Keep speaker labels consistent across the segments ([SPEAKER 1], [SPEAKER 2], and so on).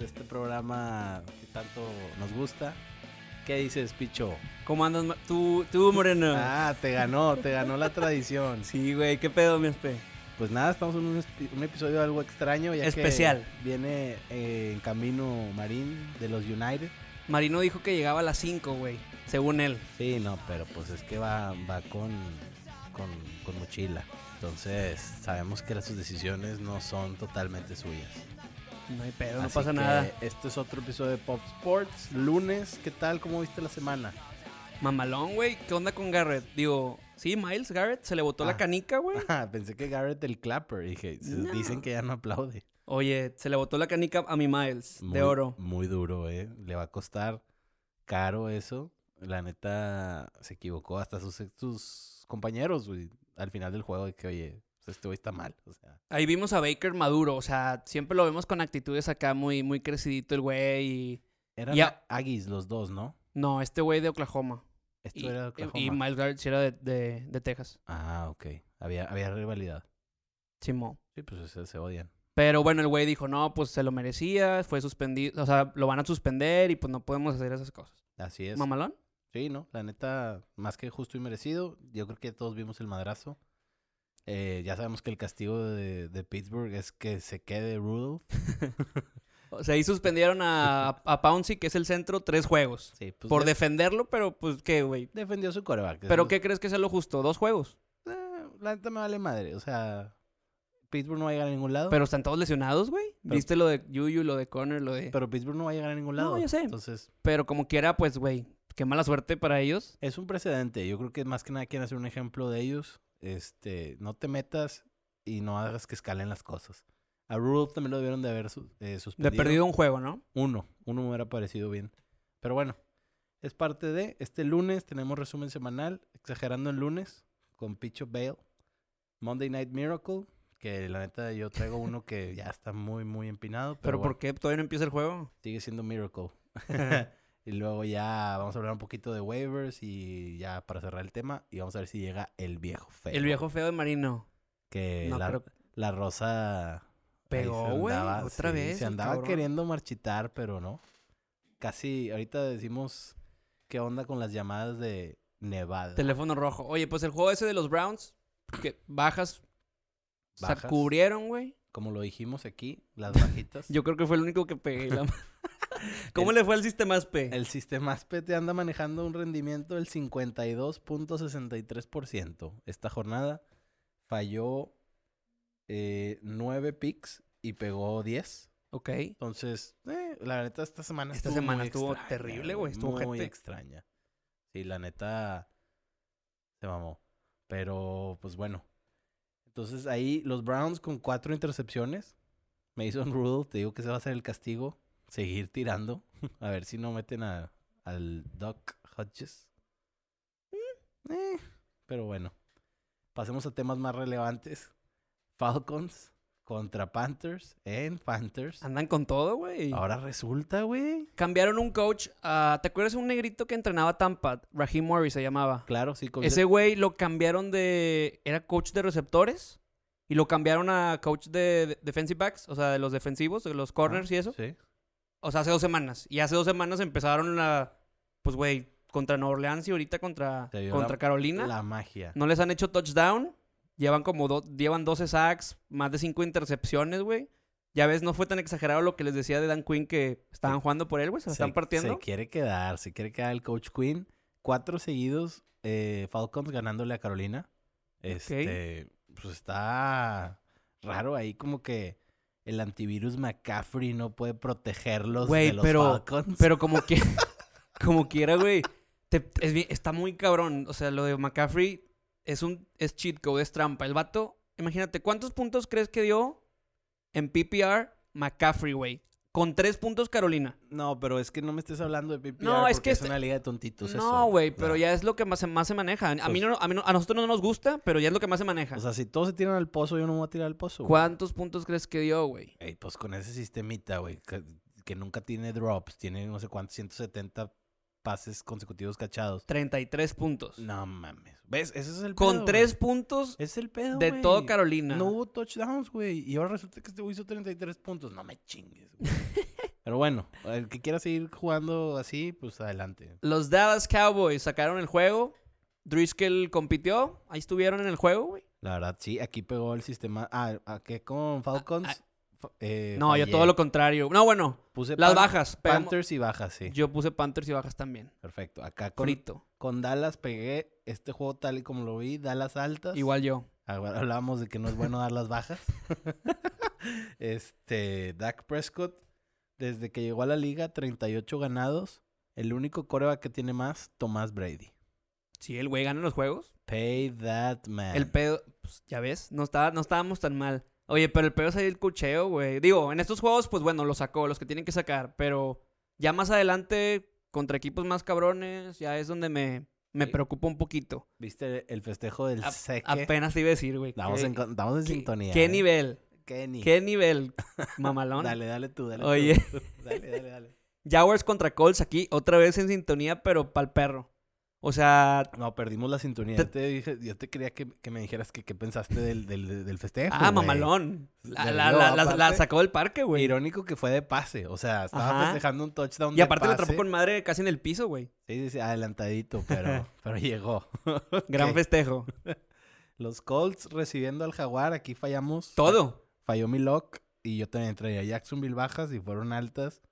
[SPEAKER 1] este
[SPEAKER 2] gusta. ¿Qué dices, Picho? ¿Cómo andas ma- tú, tú, Moreno?
[SPEAKER 1] Ah, te ganó, te ganó la tradición.
[SPEAKER 2] Sí, güey, ¿qué pedo, mi espe?
[SPEAKER 1] Pues nada, estamos en un, espi- un episodio algo extraño. Ya que
[SPEAKER 2] Especial.
[SPEAKER 1] viene eh, en camino Marín de los United.
[SPEAKER 2] Marino dijo que llegaba a las 5, güey, según él.
[SPEAKER 1] Sí, no, pero pues es que va, va con, con, con mochila. Entonces, sabemos que las- sus decisiones no son totalmente suyas.
[SPEAKER 2] No hay pedo, no
[SPEAKER 1] Así
[SPEAKER 2] pasa
[SPEAKER 1] que
[SPEAKER 2] nada.
[SPEAKER 1] Este es otro episodio de Pop Sports. Lunes, ¿qué tal? ¿Cómo viste la semana?
[SPEAKER 2] Mamalón, güey, ¿qué onda con Garrett? Digo, sí, Miles Garrett, se le botó la
[SPEAKER 1] Ah.
[SPEAKER 2] canica, güey.
[SPEAKER 1] Ah, pensé que Garrett el Clapper. Dije, "Se-
[SPEAKER 2] No.
[SPEAKER 1] dicen que ya no aplaude.
[SPEAKER 2] Oye, se le botó la canica a mi Miles,
[SPEAKER 1] Muy-
[SPEAKER 2] de oro.
[SPEAKER 1] Muy duro, ¿eh? Le va a costar caro eso. La neta se equivocó hasta sus, sus compañeros, güey. Al final del juego, de que, oye, pues, este güey está mal. O sea,
[SPEAKER 2] Ahí vimos a Baker maduro, o sea, siempre lo vemos con actitudes acá muy, muy crecidito el güey y...
[SPEAKER 1] eran
[SPEAKER 2] Ya.
[SPEAKER 1] Aggies los dos, ¿no?
[SPEAKER 2] No, este güey de Oklahoma.
[SPEAKER 1] Esto
[SPEAKER 2] Y,
[SPEAKER 1] era de
[SPEAKER 2] y- y
[SPEAKER 1] Oklahoma.
[SPEAKER 2] Miles Garrett sí era de, de- de Texas,
[SPEAKER 1] Ah, ok. Había, había rivalidad.
[SPEAKER 2] Simón.
[SPEAKER 1] Sí, pues o sea, se odian.
[SPEAKER 2] Pero bueno, el güey dijo, no, pues se lo merecía, fue suspendido, o sea, lo van a suspender y pues no podemos hacer esas cosas.
[SPEAKER 1] Así es.
[SPEAKER 2] ¿Mamalón?
[SPEAKER 1] Sí, ¿no? La neta, más que justo y merecido. Yo creo que todos vimos el madrazo. Eh, ya sabemos que el castigo de, de Pittsburgh es que se quede Rudolph.
[SPEAKER 2] O sea, ahí suspendieron a, a Pouncy, que es el centro, tres juegos.
[SPEAKER 1] Sí, pues
[SPEAKER 2] por
[SPEAKER 1] de-
[SPEAKER 2] defenderlo, pero pues qué, güey.
[SPEAKER 1] defendió su coreback.
[SPEAKER 2] ¿Pero qué crees que sea lo justo? Dos juegos.
[SPEAKER 1] Eh, la neta me vale madre. O sea, Pittsburgh no va a llegar a ningún lado. Pero,
[SPEAKER 2] Pero están todos lesionados, güey.
[SPEAKER 1] Pero-
[SPEAKER 2] Viste lo de Yuyu, lo de Connor, lo de... Pero,
[SPEAKER 1] Pittsburgh no va a llegar a ningún
[SPEAKER 2] No,
[SPEAKER 1] lado.
[SPEAKER 2] ya sé.
[SPEAKER 1] Entonces,
[SPEAKER 2] como quiera, pues, güey, qué mala suerte para ellos.
[SPEAKER 1] es un precedente. Yo creo que más que nada quieren hacer un ejemplo de ellos. Este, no te metas y no hagas que escalen las cosas. A Rudolph también lo debieron de haber sus- eh,
[SPEAKER 2] De
[SPEAKER 1] suspendido.
[SPEAKER 2] perdido un juego, ¿no?
[SPEAKER 1] Uno. Uno me hubiera parecido bien. Pero bueno, es parte de. Este lunes tenemos resumen semanal. Exagerando el lunes con Picho Bale. Monday Night Miracle. Que la neta yo traigo uno que ya está muy, muy empinado. Pero,
[SPEAKER 2] Pero,
[SPEAKER 1] bueno.
[SPEAKER 2] ¿por qué todavía no empieza el juego?
[SPEAKER 1] Sigue siendo Miracle. y luego ya vamos a hablar un poquito de waivers y ya para cerrar el tema. Y vamos a ver si llega el viejo feo.
[SPEAKER 2] El viejo feo de Marino.
[SPEAKER 1] Que
[SPEAKER 2] No,
[SPEAKER 1] Eh, la,
[SPEAKER 2] pero
[SPEAKER 1] la rosa. ahí
[SPEAKER 2] pegó,
[SPEAKER 1] se
[SPEAKER 2] güey.
[SPEAKER 1] andaba-
[SPEAKER 2] Otra
[SPEAKER 1] sí,
[SPEAKER 2] vez.
[SPEAKER 1] Se
[SPEAKER 2] el
[SPEAKER 1] andaba
[SPEAKER 2] cabrón.
[SPEAKER 1] queriendo marchitar, pero no. Casi ahorita decimos qué onda con las llamadas de Nevada.
[SPEAKER 2] Teléfono rojo. Oye, pues el juego ese de los Browns, que bajas,
[SPEAKER 1] Bajas.
[SPEAKER 2] se cubrieron, güey.
[SPEAKER 1] Como lo dijimos aquí, las bajitas.
[SPEAKER 2] Yo creo que fue el único que pegué. la- ¿Cómo le fue al sistema SP?
[SPEAKER 1] El sistema ASPE te anda manejando un rendimiento del 52.63%. Esta jornada falló eh, 9 picks y pegó 10.
[SPEAKER 2] Ok.
[SPEAKER 1] Entonces, eh, la neta, esta semana
[SPEAKER 2] Esta
[SPEAKER 1] estuvo
[SPEAKER 2] semana
[SPEAKER 1] muy
[SPEAKER 2] estuvo
[SPEAKER 1] extraña,
[SPEAKER 2] terrible, güey, estuvo
[SPEAKER 1] Muy
[SPEAKER 2] ojete.
[SPEAKER 1] extraña. Sí, la neta se mamó. Pero, pues bueno. Entonces ahí los Browns con cuatro intercepciones. Mason Rudolph, te digo que ese va a ser el castigo. Seguir tirando. A ver si no meten a, al Doc Hodges. Eh, pero bueno. Pasemos a temas más relevantes. Falcons contra Panthers en Panthers.
[SPEAKER 2] Andan con todo, güey.
[SPEAKER 1] Ahora resulta, güey.
[SPEAKER 2] Cambiaron un coach. a- ¿Te acuerdas de un negrito que entrenaba a Tampa? Raheem Morris se llamaba.
[SPEAKER 1] Claro, sí. coach de-
[SPEAKER 2] Ese güey lo cambiaron de. Era coach de receptores. Y lo cambiaron a coach de de- defensive backs, o sea, de los defensivos, de los
[SPEAKER 1] Ah,
[SPEAKER 2] corners y eso.
[SPEAKER 1] Sí.
[SPEAKER 2] O sea, hace dos semanas. Y hace dos semanas empezaron la. Pues, güey, contra Nueva Orleans y ahorita contra,
[SPEAKER 1] Se vio
[SPEAKER 2] contra
[SPEAKER 1] la-
[SPEAKER 2] Carolina.
[SPEAKER 1] La magia.
[SPEAKER 2] No les han hecho touchdown. Llevan como do- llevan 12 sacks, más de 5 intercepciones, güey. Ya ves, no fue tan exagerado lo que les decía de Dan Quinn que estaban jugando por él, güey. Se la
[SPEAKER 1] Se-
[SPEAKER 2] están partiendo.
[SPEAKER 1] Se quiere quedar, se quiere quedar el coach Quinn. Cuatro seguidos, eh, Falcons ganándole a Carolina. Este, pues está raro ahí como que el antivirus McCaffrey no puede protegerlos
[SPEAKER 2] Güey,
[SPEAKER 1] de los
[SPEAKER 2] pero-
[SPEAKER 1] Falcons.
[SPEAKER 2] Pero como que como quiera, güey. te- es bien- está muy cabrón. O sea, lo de McCaffrey es un es cheat code, es trampa. El vato, imagínate, ¿cuántos puntos crees que dio en PPR McCaffrey, güey? Con tres puntos Carolina.
[SPEAKER 1] No, pero es que no me estés hablando de PPR
[SPEAKER 2] No, es
[SPEAKER 1] porque
[SPEAKER 2] que
[SPEAKER 1] es
[SPEAKER 2] este-
[SPEAKER 1] una liga de tontitos
[SPEAKER 2] no,
[SPEAKER 1] eso.
[SPEAKER 2] güey,
[SPEAKER 1] O
[SPEAKER 2] pero
[SPEAKER 1] sea,
[SPEAKER 2] ya es lo que más, se- más se maneja. A, mí
[SPEAKER 1] Pues-
[SPEAKER 2] no, a, mí no- a nosotros no nos gusta, pero ya es lo que más se maneja.
[SPEAKER 1] O sea, si todos se tiran al pozo, yo no me voy a tirar al pozo. güey.
[SPEAKER 2] ¿Cuántos puntos crees que dio, güey?
[SPEAKER 1] Ey, pues con ese sistemita, güey, que, que nunca tiene drops, tiene no sé cuántos, 170 pases consecutivos cachados.
[SPEAKER 2] 33 puntos.
[SPEAKER 1] No mames. ¿Ves? Ese es el pedo,
[SPEAKER 2] Con
[SPEAKER 1] güey.
[SPEAKER 2] tres puntos
[SPEAKER 1] Es el pedo,
[SPEAKER 2] de
[SPEAKER 1] güey.
[SPEAKER 2] todo Carolina.
[SPEAKER 1] No hubo touchdowns, güey. Y ahora resulta que este güey hizo 33 puntos. No me chingues, güey. Pero bueno, el que quiera seguir jugando así, pues adelante.
[SPEAKER 2] Los Dallas Cowboys sacaron el juego. Driscoll compitió. Ahí estuvieron en el juego, güey.
[SPEAKER 1] La verdad, sí, aquí pegó el sistema. Ah, ¿a qué con Falcons?
[SPEAKER 2] ah.
[SPEAKER 1] Fa- eh,
[SPEAKER 2] No, yo
[SPEAKER 1] fallé.
[SPEAKER 2] todo lo contrario. No, bueno,
[SPEAKER 1] Puse
[SPEAKER 2] las
[SPEAKER 1] Pan-
[SPEAKER 2] bajas. pegamos-
[SPEAKER 1] Panthers y bajas, sí.
[SPEAKER 2] Yo puse Panthers y bajas también.
[SPEAKER 1] Perfecto. Acá con,
[SPEAKER 2] Frito.
[SPEAKER 1] con Dallas pegué este juego tal y como lo vi, Dallas altas.
[SPEAKER 2] Igual yo.
[SPEAKER 1] Ahora Hablábamos de que no es bueno dar las bajas. este, Dak Prescott, desde que llegó a la liga, 38 ganados. El único coreback que tiene más, Tomás Brady.
[SPEAKER 2] Sí, el güey gana los juegos.
[SPEAKER 1] Pay that man.
[SPEAKER 2] El pedo, pues, ya ves, no, estaba, no estábamos tan mal. Oye, pero el pedo es ahí el cucheo, güey. Digo, en estos juegos, pues bueno, los sacó, los que tienen que sacar. Pero ya más adelante, contra equipos más cabrones, ya es donde me, me
[SPEAKER 1] Sí.
[SPEAKER 2] preocupa un poquito.
[SPEAKER 1] ¿Viste el festejo del
[SPEAKER 2] A-
[SPEAKER 1] seque?
[SPEAKER 2] Apenas te iba a decir, güey.
[SPEAKER 1] Estamos
[SPEAKER 2] qué-
[SPEAKER 1] en, con- estamos en
[SPEAKER 2] qué-
[SPEAKER 1] sintonía.
[SPEAKER 2] ¿Qué
[SPEAKER 1] ¿eh?
[SPEAKER 2] nivel?
[SPEAKER 1] ¿Qué ni-
[SPEAKER 2] ¿Qué nivel, mamalón?
[SPEAKER 1] Dale, dale tú, dale
[SPEAKER 2] Oye.
[SPEAKER 1] tú. Dale, dale, dale.
[SPEAKER 2] Jaguars contra Colts aquí, otra vez en sintonía, pero pa'l perro. O sea,
[SPEAKER 1] No, perdimos la sintonía.
[SPEAKER 2] Te-
[SPEAKER 1] Yo te, dije, yo te quería que, que me dijeras que qué pensaste del, del, del festejo.
[SPEAKER 2] ah,
[SPEAKER 1] güey.
[SPEAKER 2] mamalón. La, la-
[SPEAKER 1] Digo,
[SPEAKER 2] la- la- la
[SPEAKER 1] aparte-
[SPEAKER 2] sacó del parque, güey.
[SPEAKER 1] Irónico que fue de pase. O sea, estaba
[SPEAKER 2] Ajá.
[SPEAKER 1] festejando un touchdown.
[SPEAKER 2] Y
[SPEAKER 1] de
[SPEAKER 2] aparte la
[SPEAKER 1] pase.
[SPEAKER 2] atrapó con madre casi en el piso, güey.
[SPEAKER 1] Sí, sí, sí, adelantadito, pero, pero llegó.
[SPEAKER 2] Gran
[SPEAKER 1] Ok.
[SPEAKER 2] festejo.
[SPEAKER 1] Los Colts recibiendo al Jaguar. Aquí fallamos.
[SPEAKER 2] Todo.
[SPEAKER 1] Falló mi lock. Y yo también traía Jacksonville bajas y fueron altas.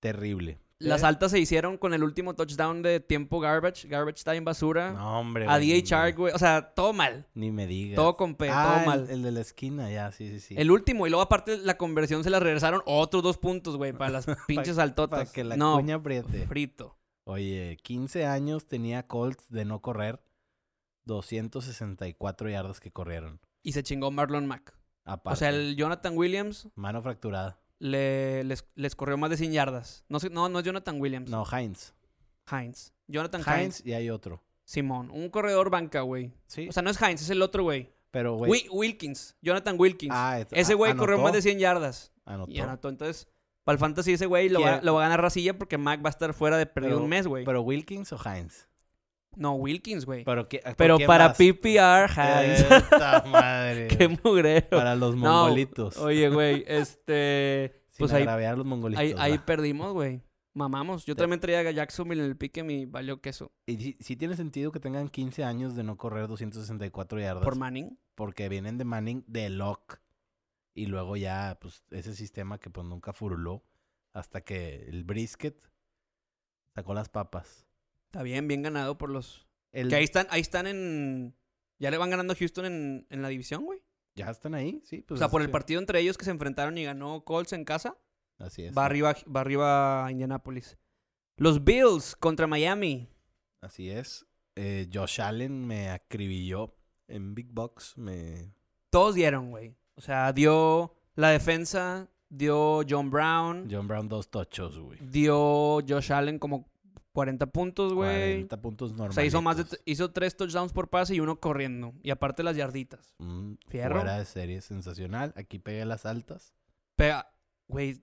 [SPEAKER 1] Terrible.
[SPEAKER 2] Las
[SPEAKER 1] Eh,
[SPEAKER 2] altas se hicieron con el último touchdown de tiempo garbage. Garbage time basura.
[SPEAKER 1] No, hombre.
[SPEAKER 2] Ah. a
[SPEAKER 1] güey, ni
[SPEAKER 2] DJ
[SPEAKER 1] me-
[SPEAKER 2] Chark, güey. O sea, todo mal.
[SPEAKER 1] Ni me digas.
[SPEAKER 2] Todo con pe,
[SPEAKER 1] Ah,
[SPEAKER 2] todo
[SPEAKER 1] el-
[SPEAKER 2] mal.
[SPEAKER 1] El, de la esquina, ya, sí, sí, sí.
[SPEAKER 2] El último, y luego aparte la conversión se la regresaron otros dos puntos, güey, para las pinches
[SPEAKER 1] Para
[SPEAKER 2] altotas.
[SPEAKER 1] que la
[SPEAKER 2] no,
[SPEAKER 1] cuña apriete.
[SPEAKER 2] frito.
[SPEAKER 1] Oye, 15 años tenía Colts de no correr. 264 yardas que corrieron.
[SPEAKER 2] Y se chingó Marlon Mack.
[SPEAKER 1] Aparte,
[SPEAKER 2] O sea, el Jonathan Williams
[SPEAKER 1] mano fracturada.
[SPEAKER 2] le- les, les corrió más de 100 yardas. No, sé, no, no es Jonathan Williams.
[SPEAKER 1] No, Heinz.
[SPEAKER 2] Heinz. Jonathan Heinz.
[SPEAKER 1] Pues, Heinz y hay otro.
[SPEAKER 2] Simón. Un corredor banca, güey.
[SPEAKER 1] Sí,
[SPEAKER 2] O sea, no es Heinz, es el otro, güey.
[SPEAKER 1] pero güey.
[SPEAKER 2] Wi- Wilkins. Jonathan Wilkins.
[SPEAKER 1] Ah, et-
[SPEAKER 2] ese
[SPEAKER 1] a-
[SPEAKER 2] güey corrió
[SPEAKER 1] anotó,
[SPEAKER 2] más de 100 yardas.
[SPEAKER 1] Anotó.
[SPEAKER 2] Y anotó. Entonces, para el fantasy ese güey lo, va,
[SPEAKER 1] ¿Quién?
[SPEAKER 2] lo va a ganar Racilla porque Mac va a estar fuera de perdido
[SPEAKER 1] Pero-
[SPEAKER 2] un mes, güey.
[SPEAKER 1] Pero Wilkins o Heinz.
[SPEAKER 2] No, Wilkins, güey.
[SPEAKER 1] Pero, qué- ¿por
[SPEAKER 2] Pero
[SPEAKER 1] quién
[SPEAKER 2] para
[SPEAKER 1] vas?
[SPEAKER 2] PPR, Heinz.
[SPEAKER 1] Esta madre.
[SPEAKER 2] Qué mugrero.
[SPEAKER 1] para los
[SPEAKER 2] No,
[SPEAKER 1] mongolitos.
[SPEAKER 2] Oye, güey, este...
[SPEAKER 1] Sin
[SPEAKER 2] Pues ahí
[SPEAKER 1] agraviar a los mongolitos.
[SPEAKER 2] Ahí, ahí
[SPEAKER 1] ¿verdad?
[SPEAKER 2] perdimos, güey. Mamamos. Yo
[SPEAKER 1] Te-
[SPEAKER 2] también traía a Jacksonville en el pique, mi valió queso.
[SPEAKER 1] Y sí, sí tiene sentido que tengan 15 años de no correr 264 yardas.
[SPEAKER 2] Por Manning.
[SPEAKER 1] porque vienen de Manning de Locke. Y luego ya, pues, ese sistema que pues nunca furuló. Hasta que el brisket sacó las papas.
[SPEAKER 2] Está bien, bien ganado por los.
[SPEAKER 1] El-
[SPEAKER 2] Que ahí están, ahí están en. Ya le van ganando a Houston en, en la división, güey.
[SPEAKER 1] ¿Ya están ahí? Sí,
[SPEAKER 2] O
[SPEAKER 1] pues.
[SPEAKER 2] sea,
[SPEAKER 1] es
[SPEAKER 2] por el
[SPEAKER 1] que-
[SPEAKER 2] partido entre ellos que se enfrentaron y ganó Colts en casa.
[SPEAKER 1] Así es.
[SPEAKER 2] Va arriba, va arriba Indianapolis. Los Bills contra Miami.
[SPEAKER 1] Así es. Eh, Josh Allen me acribilló en Big Box. Me...
[SPEAKER 2] Todos dieron, güey. O sea, dio la defensa, dio John Brown,
[SPEAKER 1] John Brown, dos tochos, güey.
[SPEAKER 2] dio Josh Allen como 40 puntos, güey.
[SPEAKER 1] 40 puntos
[SPEAKER 2] O
[SPEAKER 1] normales.
[SPEAKER 2] sea, hizo, más de t- hizo tres touchdowns por pase y uno corriendo. Y aparte las yarditas. Fierro.
[SPEAKER 1] Mm, Fuera de serie, sensacional. Aquí pegué las altas.
[SPEAKER 2] Pega, güey,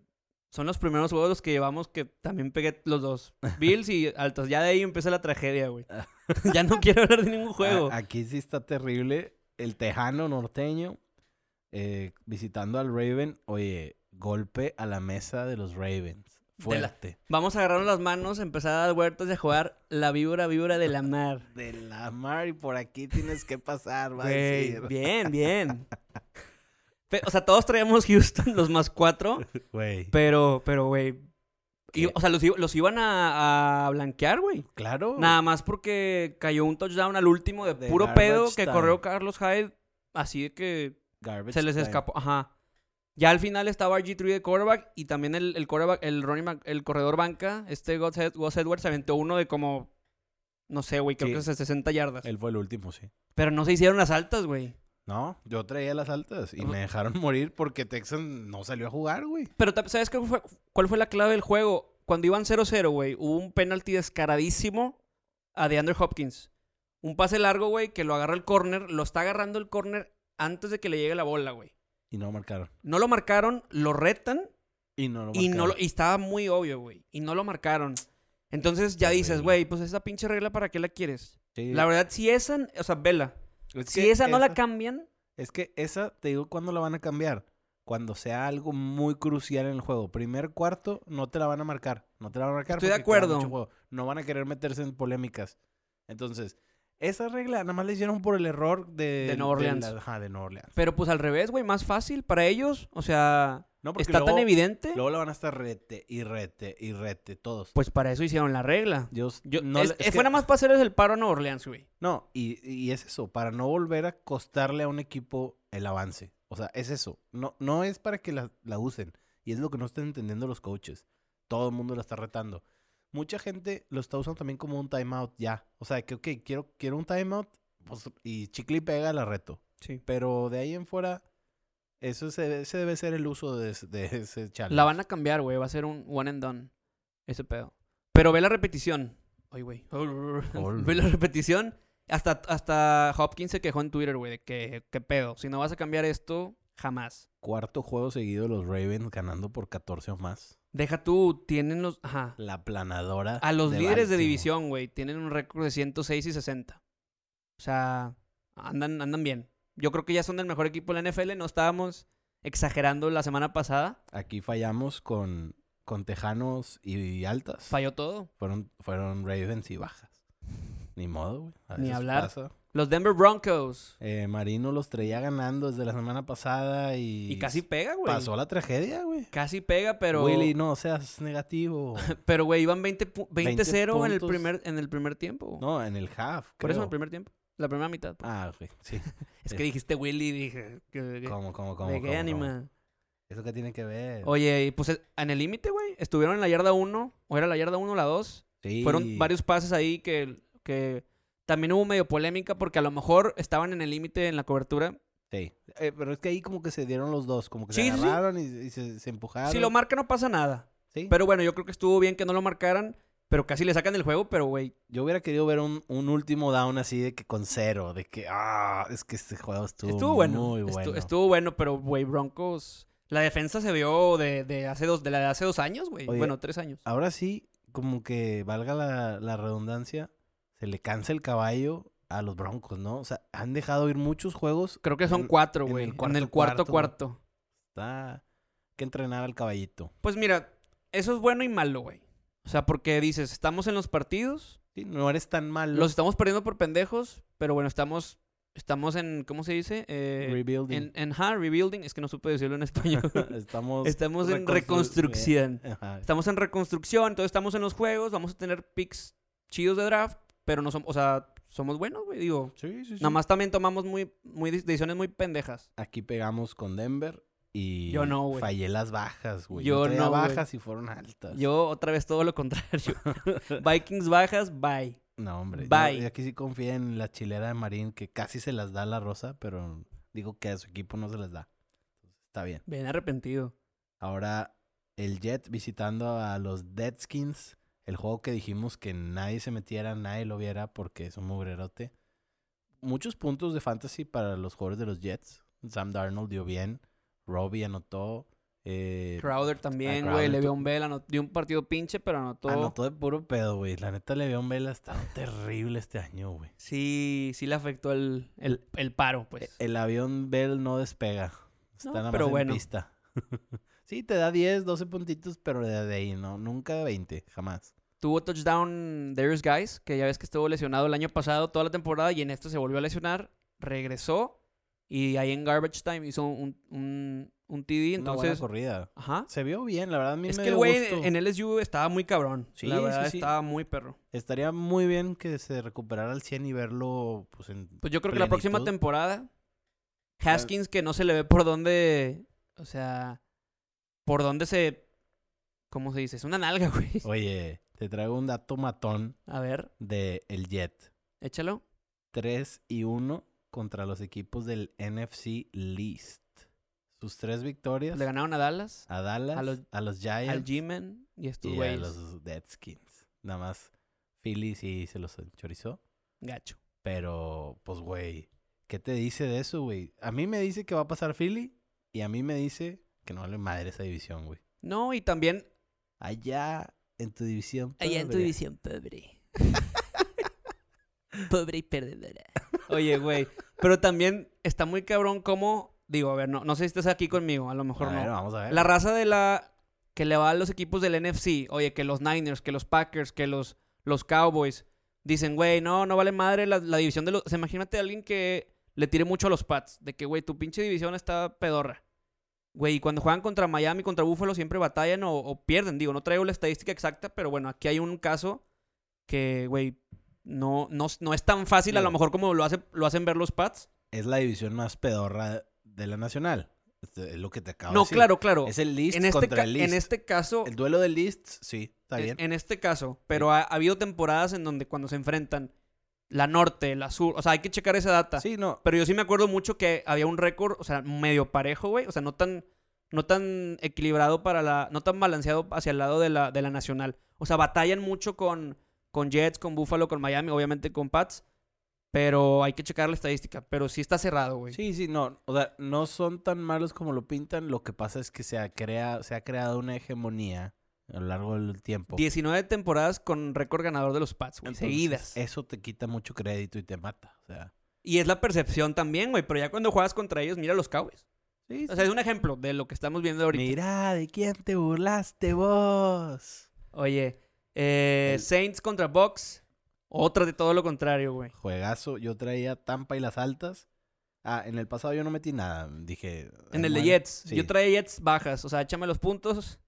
[SPEAKER 2] son los primeros juegos los que llevamos que también pegué los dos. Bills y altas. Ya de ahí empieza la tragedia, güey.
[SPEAKER 1] Ah.
[SPEAKER 2] ya no quiero hablar de ningún juego.
[SPEAKER 1] A- aquí sí está terrible. El tejano norteño eh, visitando al Raven. Oye, golpe a la mesa de los Ravens.
[SPEAKER 2] De la-
[SPEAKER 1] Fuerte.
[SPEAKER 2] Vamos a agarrarnos las manos, empezar a dar vueltas y a jugar la víbora, víbora de la mar.
[SPEAKER 1] De la, mar y por aquí tienes que pasar, va a
[SPEAKER 2] Güey,
[SPEAKER 1] decir.
[SPEAKER 2] bien, bien. Pe- o sea, todos traíamos Houston, los más cuatro.
[SPEAKER 1] Güey.
[SPEAKER 2] Pero, pero, güey. y-
[SPEAKER 1] ¿Qué?
[SPEAKER 2] O sea, los, i- los iban a- a blanquear, güey.
[SPEAKER 1] Claro.
[SPEAKER 2] Nada más porque cayó un touchdown al último de
[SPEAKER 1] De
[SPEAKER 2] puro
[SPEAKER 1] garbage
[SPEAKER 2] pedo que
[SPEAKER 1] time.
[SPEAKER 2] corrió Carlos Hyde. Así de que
[SPEAKER 1] Garbage
[SPEAKER 2] se les
[SPEAKER 1] time.
[SPEAKER 2] escapó. Ajá. Ya al final estaba RG3 de quarterback y también el, el quarterback, el running back- el corredor banca, este Gus Ed- Gus Edwards, se aventó uno de como, no sé, güey, creo
[SPEAKER 1] Sí.
[SPEAKER 2] que es de 60 yardas.
[SPEAKER 1] Él fue el último, sí.
[SPEAKER 2] Pero no se hicieron las altas, güey.
[SPEAKER 1] No, yo traía las altas y
[SPEAKER 2] Pues-
[SPEAKER 1] me dejaron morir porque Texan no salió a jugar, güey.
[SPEAKER 2] Pero ta- ¿sabes qué fue- cuál fue la clave del juego? Cuando iban 0-0, güey, hubo un penalti descaradísimo a DeAndre Hopkins. Un pase largo, güey, que lo agarra el corner, lo está agarrando el corner antes de que le llegue la bola, güey.
[SPEAKER 1] Y no marcaron.
[SPEAKER 2] No lo marcaron, lo retan
[SPEAKER 1] Y no lo
[SPEAKER 2] y no lo-
[SPEAKER 1] marcaron.
[SPEAKER 2] y estaba muy obvio, güey, y no lo marcaron. Entonces ya dices,
[SPEAKER 1] Terrible.
[SPEAKER 2] güey, pues esa pinche regla para qué la quieres?
[SPEAKER 1] Sí.
[SPEAKER 2] La verdad si esa, o sea, vela,
[SPEAKER 1] Es
[SPEAKER 2] si
[SPEAKER 1] que
[SPEAKER 2] esa no la cambian,
[SPEAKER 1] Es que esa, te digo, ¿cuándo la van a cambiar? cuando sea algo muy crucial en el juego. Primer cuarto, no te la van a marcar. No te la van a marcar.
[SPEAKER 2] Estoy de
[SPEAKER 1] porque queda
[SPEAKER 2] acuerdo.
[SPEAKER 1] mucho juego. No van a querer meterse en polémicas. Entonces, esa regla nada más le hicieron por el error de...
[SPEAKER 2] De Nueva Orleans.
[SPEAKER 1] la- ajá, de Nueva Orleans.
[SPEAKER 2] Pero pues al revés, güey, más fácil para ellos. O sea,
[SPEAKER 1] No, porque
[SPEAKER 2] está tan
[SPEAKER 1] luego-
[SPEAKER 2] evidente.
[SPEAKER 1] Luego la van a estar rete y rete y rete, todos.
[SPEAKER 2] Pues para eso hicieron la regla.
[SPEAKER 1] Yo,
[SPEAKER 2] Yo-
[SPEAKER 1] no,
[SPEAKER 2] es-
[SPEAKER 1] le- es
[SPEAKER 2] eh,
[SPEAKER 1] que-
[SPEAKER 2] fue nada más para hacerles el paro a Nueva Orleans, güey.
[SPEAKER 1] No, y, y es eso, para no volver a costarle a un equipo el avance. O sea, es eso. No, no es para que la, la usen. Y es lo que no están entendiendo los coaches. Todo el mundo la está retando. Mucha gente lo está usando también como un timeout ya. O sea, que, ok, quiero, quiero un timeout pues, y chicle y pega la reto.
[SPEAKER 2] Sí.
[SPEAKER 1] Pero de ahí en fuera, eso se- ese debe ser el uso de, ese- de ese challenge.
[SPEAKER 2] La van a cambiar, güey. Va a ser un one and done. Ese pedo. Pero ve la repetición. Ay, güey.
[SPEAKER 1] Ol.
[SPEAKER 2] ve la repetición. Hasta, hasta Hopkins se quejó en Twitter, güey, de que, qué pedo. Si no vas a cambiar esto, jamás.
[SPEAKER 1] Cuarto juego seguido los Ravens ganando por 14 o más.
[SPEAKER 2] Deja tú, tienen los. Ajá.
[SPEAKER 1] La planadora.
[SPEAKER 2] A los líderes de
[SPEAKER 1] Baltimore.
[SPEAKER 2] división, güey, tienen un récord de 106 y 60. O sea, andan, andan bien. Yo creo que ya son del mejor equipo de la NFL. No estábamos exagerando la semana pasada.
[SPEAKER 1] Aquí fallamos con, con tejanos y, altas.
[SPEAKER 2] Falló todo.
[SPEAKER 1] fueron, fueron Ravens y bajas. Ni modo, güey. A
[SPEAKER 2] Ni
[SPEAKER 1] veces
[SPEAKER 2] hablar.
[SPEAKER 1] pasa.
[SPEAKER 2] Los Denver Broncos.
[SPEAKER 1] Eh, Marino los traía ganando desde la semana pasada y...
[SPEAKER 2] Y casi pega, güey.
[SPEAKER 1] Pasó la tragedia, güey.
[SPEAKER 2] Casi pega, pero.
[SPEAKER 1] Willy, no seas negativo.
[SPEAKER 2] Pero, güey, iban 20 pu- 20-0 en, el
[SPEAKER 1] puntos.
[SPEAKER 2] primer- en el primer tiempo.
[SPEAKER 1] no, en el half,
[SPEAKER 2] Por eso en
[SPEAKER 1] creo.
[SPEAKER 2] el primer tiempo. La primera mitad. pues.
[SPEAKER 1] Ah, güey, sí.
[SPEAKER 2] es
[SPEAKER 1] sí.
[SPEAKER 2] que dijiste Willy y dije. que- que-
[SPEAKER 1] ¿Cómo, cómo, cómo?
[SPEAKER 2] ¿De
[SPEAKER 1] cómo,
[SPEAKER 2] qué
[SPEAKER 1] cómo?
[SPEAKER 2] ánima?
[SPEAKER 1] ¿Eso qué tiene que ver?
[SPEAKER 2] Oye, y pues eh, en el límite, güey. Estuvieron en la yarda 1. O era la yarda 1 o la 2.
[SPEAKER 1] Sí.
[SPEAKER 2] Fueron varios pases ahí que, que también hubo medio polémica porque a lo mejor estaban en el límite en la cobertura.
[SPEAKER 1] Sí. Eh, pero es que ahí como que se dieron los dos. Como que
[SPEAKER 2] Sí,
[SPEAKER 1] se
[SPEAKER 2] sí, sí.
[SPEAKER 1] agarraron y, y se, se empujaron.
[SPEAKER 2] Si lo marca no pasa nada.
[SPEAKER 1] Sí.
[SPEAKER 2] Pero bueno, yo creo que estuvo bien que no lo marcaran. Pero casi le sacan del juego, pero güey.
[SPEAKER 1] Yo hubiera querido ver un, un último down así de que con cero, de que, ah, es que este juego estuvo,
[SPEAKER 2] Estuvo bueno.
[SPEAKER 1] muy
[SPEAKER 2] Estu-
[SPEAKER 1] bueno.
[SPEAKER 2] estuvo bueno, pero güey, Broncos. La defensa se vio de, de hace dos, de la de hace dos años, güey.
[SPEAKER 1] Oye. ah,
[SPEAKER 2] Bueno, tres años.
[SPEAKER 1] Ahora sí, como que valga la, la redundancia, se le cansa el caballo a los Broncos, ¿no? O sea, han dejado ir muchos juegos.
[SPEAKER 2] Creo que son
[SPEAKER 1] en-
[SPEAKER 2] cuatro,
[SPEAKER 1] en el
[SPEAKER 2] güey. En,
[SPEAKER 1] cuarto
[SPEAKER 2] el cuarto
[SPEAKER 1] cuarto.
[SPEAKER 2] cuarto.
[SPEAKER 1] Está hay que entrenar al caballito.
[SPEAKER 2] Pues mira, eso es bueno y malo, güey. O sea, porque dices, estamos en los partidos.
[SPEAKER 1] Sí, no eres tan malo.
[SPEAKER 2] Los estamos perdiendo por pendejos, pero bueno, estamos, estamos en, ¿cómo se dice? Eh,
[SPEAKER 1] rebuilding.
[SPEAKER 2] en, en ja, rebuilding, es que no supe decirlo en español.
[SPEAKER 1] Estamos.
[SPEAKER 2] estamos en
[SPEAKER 1] reconstru- eh,
[SPEAKER 2] reconstrucción.
[SPEAKER 1] Ajá.
[SPEAKER 2] Estamos en reconstrucción, entonces estamos en los juegos, vamos a tener picks chidos de draft, pero no somos, o sea, somos buenos, güey, digo.
[SPEAKER 1] Sí, sí, sí.
[SPEAKER 2] Nada más también tomamos muy, muy de- decisiones muy pendejas.
[SPEAKER 1] Aquí pegamos con Denver y
[SPEAKER 2] Yo no, güey.
[SPEAKER 1] fallé las bajas, güey.
[SPEAKER 2] Yo
[SPEAKER 1] traía
[SPEAKER 2] no, güey.
[SPEAKER 1] bajas y fueron altas.
[SPEAKER 2] Yo otra vez todo lo contrario. Vikings bajas, bye.
[SPEAKER 1] No, hombre. yo-
[SPEAKER 2] Bye.
[SPEAKER 1] Yo, aquí sí confía en la chilera de Marín, que casi se las da la rosa, pero digo que a su equipo no se las da. Está bien.
[SPEAKER 2] Ven arrepentido.
[SPEAKER 1] Ahora, el Jet visitando a los Deadskins. El juego que dijimos que nadie se metiera, nadie lo viera porque es un mugrerote. Muchos puntos de fantasy para los jugadores de los Jets. Sam Darnold dio bien. Robbie anotó. eh,
[SPEAKER 2] Crowder también,
[SPEAKER 1] Crowder
[SPEAKER 2] güey.
[SPEAKER 1] tu-
[SPEAKER 2] Le vio un Bell, anotó, dio un partido pinche, pero anotó.
[SPEAKER 1] Anotó de puro pedo, güey. La neta, Le'Veon Bell ha estado terrible este año, güey.
[SPEAKER 2] Sí, sí le afectó el, el, el paro, pues.
[SPEAKER 1] El avión Bell no despega. Está
[SPEAKER 2] No,
[SPEAKER 1] nada más
[SPEAKER 2] pero
[SPEAKER 1] en
[SPEAKER 2] bueno.
[SPEAKER 1] pista. sí, te da 10, 12 puntitos, pero de de ahí, ¿no? Nunca 20, jamás.
[SPEAKER 2] Tuvo touchdown Darius Guys, que ya ves que estuvo lesionado el año pasado toda la temporada y en esto se volvió a lesionar. Regresó y ahí en Garbage Time hizo un, un, un TD,
[SPEAKER 1] Una buena
[SPEAKER 2] entonces...
[SPEAKER 1] corrida.
[SPEAKER 2] Ajá.
[SPEAKER 1] Se vio bien, la verdad, a mí
[SPEAKER 2] Es
[SPEAKER 1] me
[SPEAKER 2] que el
[SPEAKER 1] dio
[SPEAKER 2] güey
[SPEAKER 1] gusto.
[SPEAKER 2] en, en LSU estaba muy cabrón.
[SPEAKER 1] Sí,
[SPEAKER 2] la
[SPEAKER 1] sí,
[SPEAKER 2] verdad
[SPEAKER 1] sí.
[SPEAKER 2] estaba muy perro.
[SPEAKER 1] Estaría muy bien que se recuperara al 100 y verlo, pues, en...
[SPEAKER 2] Pues yo creo que la
[SPEAKER 1] Plenitud.
[SPEAKER 2] próxima temporada, Haskins, que no se le ve por dónde. O sea, por dónde se. ¿Cómo se dice? Es una nalga, güey.
[SPEAKER 1] Oye, te traigo un dato matón
[SPEAKER 2] A ver,
[SPEAKER 1] de el Jet.
[SPEAKER 2] échalo.
[SPEAKER 1] 3 y 1 contra los equipos del NFC List. Sus tres victorias
[SPEAKER 2] Le ganaron a Dallas,
[SPEAKER 1] a Dallas, a
[SPEAKER 2] a
[SPEAKER 1] los,
[SPEAKER 2] los-
[SPEAKER 1] Giants.
[SPEAKER 2] al G-Man y a estos
[SPEAKER 1] Y a
[SPEAKER 2] güeyes.
[SPEAKER 1] los Deadskins. Nada más Philly sí se los chorizó.
[SPEAKER 2] Gacho.
[SPEAKER 1] Pero, pues, güey, ¿qué te dice de eso, güey? A mí me dice que va a pasar Philly y a mí me dice que no vale madre esa división, güey.
[SPEAKER 2] No, y también.
[SPEAKER 1] Allá en tu división.
[SPEAKER 2] Allá en tu
[SPEAKER 1] pobre.
[SPEAKER 2] división, pobre. pobre y perdedora. Oye, güey. Pero también está muy cabrón cómo Digo, a ver, no, no sé si estás aquí conmigo, a lo mejor
[SPEAKER 1] a
[SPEAKER 2] no.
[SPEAKER 1] ver, vamos a ver.
[SPEAKER 2] La raza de la que le va a los equipos del NFC, oye, que los Niners, que los Packers, que los, los Cowboys, dicen, güey, no, no vale madre la, la división de los... o sea, imagínate a alguien que le tire mucho a los Pats, de que, güey, tu pinche división está pedorra. Güey, y cuando juegan contra Miami, contra Buffalo, siempre batallan o, o pierden. Digo, no traigo la estadística exacta, pero bueno, aquí hay un caso que, güey, no, no, no es tan fácil a
[SPEAKER 1] Digo.
[SPEAKER 2] lo mejor como lo, hace, lo hacen ver los Pats.
[SPEAKER 1] Es la división más pedorra de la nacional. Este, Es lo que te acabo de
[SPEAKER 2] No,
[SPEAKER 1] decir.
[SPEAKER 2] claro, claro.
[SPEAKER 1] Es el list
[SPEAKER 2] en, este
[SPEAKER 1] contra
[SPEAKER 2] ca-
[SPEAKER 1] el list.
[SPEAKER 2] en este caso,
[SPEAKER 1] El duelo de lists, sí, está
[SPEAKER 2] en-
[SPEAKER 1] bien.
[SPEAKER 2] En, este caso, pero ha, ha habido temporadas en donde cuando se enfrentan la norte, la sur, o sea, hay que checar esa data.
[SPEAKER 1] Sí, no.
[SPEAKER 2] Pero yo sí me acuerdo mucho que había un récord, o sea, medio parejo, güey, o sea, no tan no tan equilibrado para la no tan balanceado hacia el lado de la de la nacional. O sea, batallan mucho con con Jets, con Buffalo, con Miami, obviamente con Pats, pero hay que checar la estadística, pero sí está cerrado, güey.
[SPEAKER 1] Sí, sí, no. O sea, no son tan malos como lo pintan. Lo que pasa es que se ha, crea, se ha creado una hegemonía a lo largo del tiempo.
[SPEAKER 2] 19 temporadas con récord ganador de los Pats, güey,
[SPEAKER 1] Entonces, eh.
[SPEAKER 2] seguidas.
[SPEAKER 1] Eso te quita mucho crédito y te mata. O sea,
[SPEAKER 2] Y es la percepción también, güey, pero ya cuando juegas contra ellos, mira los Cowboys.
[SPEAKER 1] sí,
[SPEAKER 2] O sea, es un ejemplo de lo que estamos viendo ahorita.
[SPEAKER 1] Mira, ¿de quién te burlaste vos?
[SPEAKER 2] Oye, eh,
[SPEAKER 1] El-
[SPEAKER 2] Saints contra Bucks. Otra de todo lo contrario, güey.
[SPEAKER 1] Juegazo, yo traía Tampa y las altas. Ah, en el pasado yo no metí nada, dije...
[SPEAKER 2] En el de
[SPEAKER 1] bueno,
[SPEAKER 2] Jets.
[SPEAKER 1] sí.
[SPEAKER 2] Yo traía Jets bajas. O sea, échame los puntos.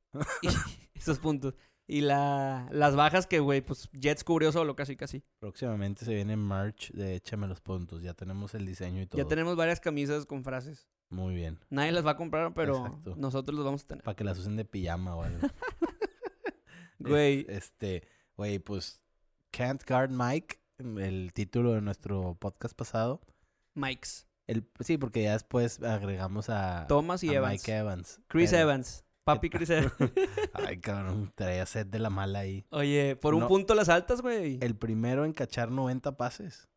[SPEAKER 2] y esos puntos. Y la, las bajas que, güey, pues Jets cubrió solo casi, casi.
[SPEAKER 1] Próximamente se viene merch de Échame los puntos, ya tenemos el diseño y todo.
[SPEAKER 2] Ya tenemos varias camisas con frases.
[SPEAKER 1] Muy bien,
[SPEAKER 2] Nadie las va a comprar, pero
[SPEAKER 1] Exacto.
[SPEAKER 2] nosotros los vamos a tener.
[SPEAKER 1] para que las usen de pijama o algo. Eh,
[SPEAKER 2] Güey,
[SPEAKER 1] Este, güey, pues Can't Guard Mike, mm, el título de nuestro podcast pasado.
[SPEAKER 2] Mikes.
[SPEAKER 1] El, sí, porque ya después agregamos a,
[SPEAKER 2] Thomas y
[SPEAKER 1] a
[SPEAKER 2] Evans.
[SPEAKER 1] Mike Evans.
[SPEAKER 2] Chris
[SPEAKER 1] pero-
[SPEAKER 2] Evans. Papi Chris Evans.
[SPEAKER 1] Ay, cabrón, traía set de la mala ahí.
[SPEAKER 2] Oye, por un
[SPEAKER 1] No.
[SPEAKER 2] punto las altas, güey.
[SPEAKER 1] El primero en cachar 90 pases.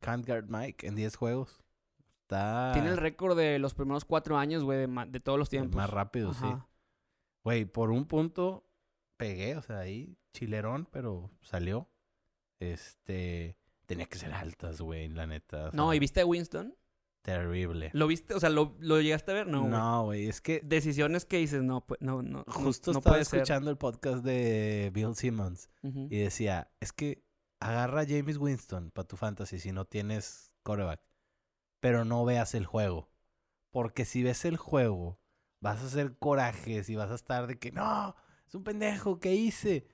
[SPEAKER 1] Can't guard Mike en 10 juegos. Está
[SPEAKER 2] Tiene el récord de los primeros cuatro años, güey, de, ma- de todos los
[SPEAKER 1] el
[SPEAKER 2] tiempos.
[SPEAKER 1] más rápido, sí.
[SPEAKER 2] Ajá.
[SPEAKER 1] Güey, por un punto pegué, o sea, ahí chilerón, pero salió. Este, tenía que ser altas, güey, la neta. o
[SPEAKER 2] No,
[SPEAKER 1] sea,
[SPEAKER 2] ¿y viste a Winston?
[SPEAKER 1] terrible.
[SPEAKER 2] ¿Lo viste? O sea, ¿lo, lo llegaste a ver? No, güey.
[SPEAKER 1] No, güey, es que
[SPEAKER 2] Decisiones que dices, no, pues, no, no. no-
[SPEAKER 1] justo
[SPEAKER 2] no
[SPEAKER 1] estaba
[SPEAKER 2] puede ser.
[SPEAKER 1] escuchando el podcast de Bill Simmons
[SPEAKER 2] Ujú.
[SPEAKER 1] y decía, es que agarra a James Winston para tu fantasy si no tienes coreback, pero no veas el juego. Porque si ves el juego, vas a hacer corajes y vas a estar de que no, es un pendejo, ¿qué hice?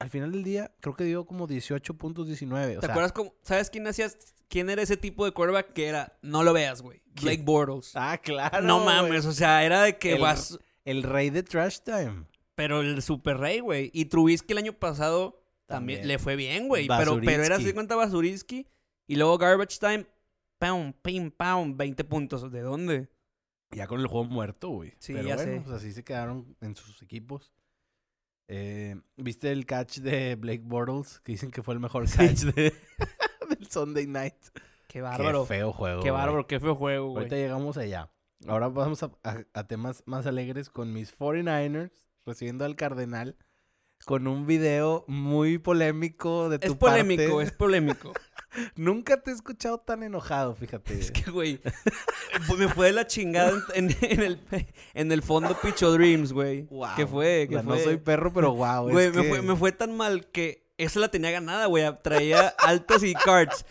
[SPEAKER 1] Al final del día, creo que dio como 18 puntos 19.
[SPEAKER 2] ¿Te
[SPEAKER 1] O sea,
[SPEAKER 2] acuerdas cómo? ¿Sabes quién hacías? ¿Quién era ese tipo de quarterback que era? No lo veas, güey. Blake
[SPEAKER 1] ¿Quién?
[SPEAKER 2] Bortles.
[SPEAKER 1] Ah, claro.
[SPEAKER 2] no
[SPEAKER 1] güey.
[SPEAKER 2] mames, o sea, era de que
[SPEAKER 1] El-
[SPEAKER 2] vas...
[SPEAKER 1] El rey de Trash Time.
[SPEAKER 2] Pero el super rey, güey. Y Trubisky el año pasado también,
[SPEAKER 1] También.
[SPEAKER 2] le fue bien, güey. Pero, pero era,
[SPEAKER 1] Basurinsky.
[SPEAKER 2] se cuenta, Basurinsky. Y luego Garbage Time, pam, pim, pam, 20 puntos. ¿De dónde?
[SPEAKER 1] Ya con el juego muerto, güey.
[SPEAKER 2] Sí,
[SPEAKER 1] Pero
[SPEAKER 2] ya
[SPEAKER 1] bueno,
[SPEAKER 2] sé.
[SPEAKER 1] pues así se quedaron en sus equipos. Eh, ¿Viste el catch de Blake Bortles? Que dicen que fue el mejor catch de- del Sunday Night.
[SPEAKER 2] Qué bárbaro.
[SPEAKER 1] Qué feo juego.
[SPEAKER 2] Qué
[SPEAKER 1] güey.
[SPEAKER 2] bárbaro, qué feo juego, güey.
[SPEAKER 1] Ahorita llegamos allá. Ahora vamos a, a- a temas más alegres con mis 49ers recibiendo al Cardenal con un video muy polémico de tu
[SPEAKER 2] Es polémico,
[SPEAKER 1] parte.
[SPEAKER 2] es polémico.
[SPEAKER 1] Nunca te he escuchado tan enojado, fíjate.
[SPEAKER 2] es que, güey, pues me fue de la chingada en, en- en el, en el fondo Picho Dreams, güey.
[SPEAKER 1] Guau.
[SPEAKER 2] ¿Qué fue? ¿Qué
[SPEAKER 1] La
[SPEAKER 2] fue?
[SPEAKER 1] No soy perro, pero wow.
[SPEAKER 2] Güey, me, fue, me fue tan mal que esa la tenía ganada, güey. Traía altas y cards.